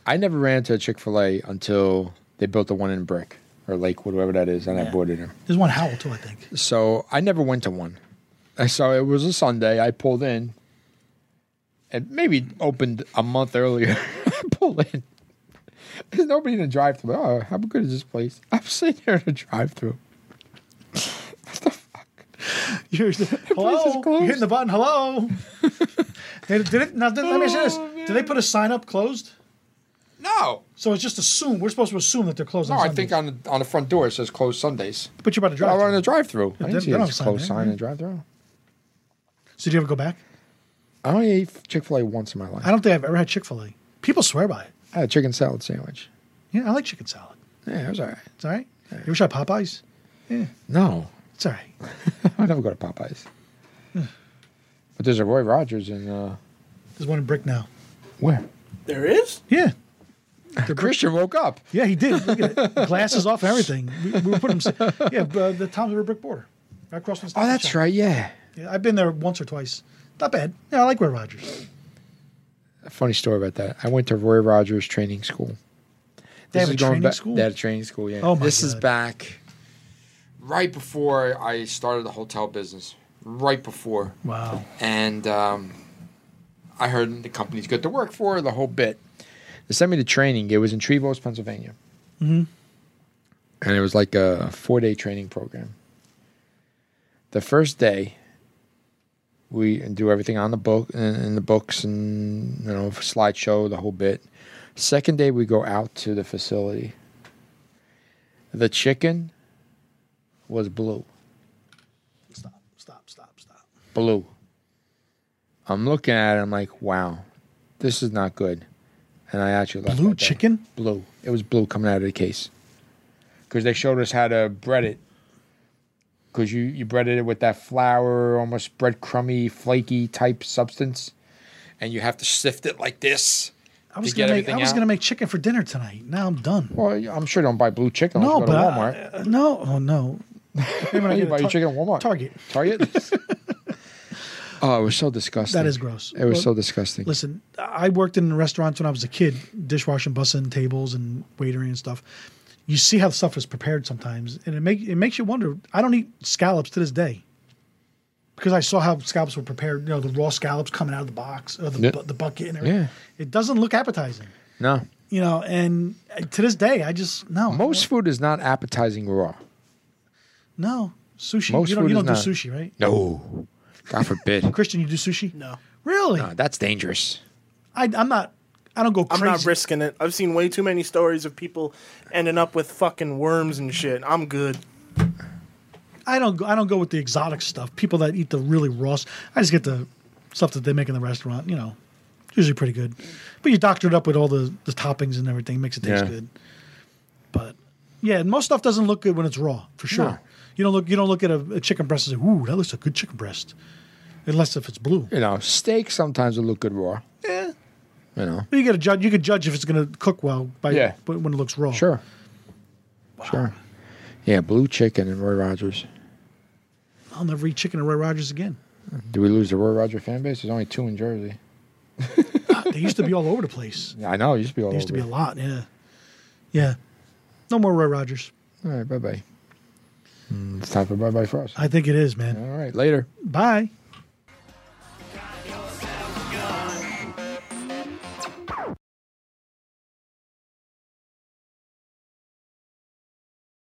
S1: I never ran into a Chick Fil A until they built the one in Brick or Lakewood, whatever that is, and I
S2: Yeah.
S1: boarded him.
S2: There's one Howell too, I think.
S1: So I never went to one. And So it was a Sunday. I pulled in, and maybe opened a month earlier. I pull in. There's nobody in the drive-thru. Oh, how good is this place? I'm sitting here in the drive-thru.
S2: You're,
S1: is
S2: hello, you're hitting the button. Hello. did, did it, now, did- let me say
S1: Oh,
S2: this: Did they put a sign up closed?
S1: No,
S2: So it's just assumed we're supposed to assume that they're closed.
S1: no.
S2: on
S1: I
S2: Sundays.
S1: think on the, on the front door it says closed Sundays.
S2: But you're about to
S1: I
S2: drive.
S1: were in the
S2: through.
S1: drive-through. I didn't
S2: They don't- they
S1: see
S2: don't
S1: a
S2: have a sign
S1: closed
S2: there,
S1: sign in
S2: yeah.
S1: the drive-through.
S2: So do you ever go back?
S1: I only ate Chick Fil A once in my life.
S2: I don't think I've ever had Chick Fil A. People swear by it.
S1: I had a chicken salad sandwich.
S2: Yeah, I like chicken salad.
S1: Yeah, it was all right.
S2: It's all right. You ever try Popeyes?
S1: No,
S2: It's all right.
S1: I never go to Popeyes. but there's a Roy Rogers in uh,
S2: There's one in Brick now.
S1: where?
S3: There is?
S2: Yeah,
S1: The Christian woke up.
S2: yeah, he did. Look at it. Glasses off and everything. We, we were putting him. Yeah, uh, the Tom's River Brick border, right across from. the
S1: Oh,
S2: Stop and
S1: that's
S2: Shop.
S1: right. Yeah.
S2: Yeah, I've been there once or twice. Not bad. Yeah, I like Roy Rogers.
S1: A funny story about that. I went to Roy Rogers training school.
S2: They have a training
S1: back,
S2: school?
S1: They had a training school. Yeah.
S2: Oh, my
S1: This is
S2: God.
S1: back right before I started the hotel business. Right before.
S2: Wow.
S1: and um, I heard the company's good to work for the whole bit. They sent me to training. It was in Trevose, Pennsylvania, mm-hmm. and it was like a four-day training program. The first day, we do everything on the book in in the books and you know slideshow the whole bit. Second day, we go out to the facility. The chicken was blue.
S2: Stop. Stop. Stop. Stop.
S1: blue. I'm looking at it. I'm like, wow, this is not good. And I actually left
S2: Blue
S1: that day.
S2: chicken?
S1: Blue. It was blue coming out of the case. Because they showed us how to bread it. Because you you breaded it with that flour, almost breadcrummy, flaky type substance, and you have to sift it like this.
S2: I was
S1: to get
S2: gonna make. I
S1: everything
S2: was
S1: out.
S2: gonna make chicken for dinner tonight. Now I'm done.
S1: Well, I'm sure you don't buy blue chicken. No, you
S2: no,
S1: go
S2: but
S1: to
S2: I-
S1: Walmart.
S2: uh, no. Oh no. Maybe when I
S1: you
S2: get a
S1: buy your
S2: Tar-
S1: chicken at Walmart.
S2: Target.
S1: Target. oh, it was so disgusting.
S2: That is gross.
S1: It was
S2: Well,
S1: so disgusting.
S2: Listen, I worked in restaurants when I was a kid, dishwashing, bussing tables and waitering and stuff. You see how stuff is prepared sometimes, and it make it makes you wonder. I don't eat scallops to this day because I saw how scallops were prepared. You know, the raw scallops coming out of the box or the,
S1: Yeah.
S2: bu- the bucket and everything.
S1: Yeah.
S2: It doesn't look appetizing,
S1: No.
S2: you know. And to this day, I just no
S1: Most food is not appetizing raw.
S2: no sushi.
S1: most
S2: you don't,
S1: food
S2: you
S1: is
S2: don't do
S1: not.
S2: sushi, right?
S1: No. God forbid.
S2: Christian, you do sushi?
S3: No.
S2: Really?
S1: No, that's dangerous.
S2: I, I'm not. I don't go
S3: I'm
S2: crazy.
S3: not risking it. I've seen way too many stories of people ending up with fucking worms and shit. I'm good.
S2: I don't go, I don't go with the exotic stuff. People that eat the really raw. s- I just get the stuff that they make in the restaurant. You know, it's usually pretty good. But you doctor it up with all the, the toppings and everything, makes it taste
S1: Yeah.
S2: good. But yeah, and most stuff doesn't look good when it's raw, for sure.
S1: No.
S2: You don't look you don't look at a, a chicken breast and say, "Ooh, that looks like a good chicken breast," unless if it's blue.
S1: You know, steak sometimes will look good raw. Yeah. You know.
S2: But you get a judge. You could judge if it's going to cook well by
S1: Yeah.
S2: when when it looks raw.
S1: Sure. Sure. Yeah, blue chicken and Roy Rogers.
S2: I'll never eat chicken at Roy Rogers again.
S1: Do we lose the Roy Rogers fan base? There's only two in Jersey.
S2: They used to be all over the place.
S1: Yeah, I know. It used to be all
S2: There used to
S1: over.
S2: be a lot. Yeah, yeah. No more Roy Rogers.
S1: All right, bye bye. Mm, It's time for bye bye for us.
S2: I think it is, man.
S1: All right, later.
S2: Bye.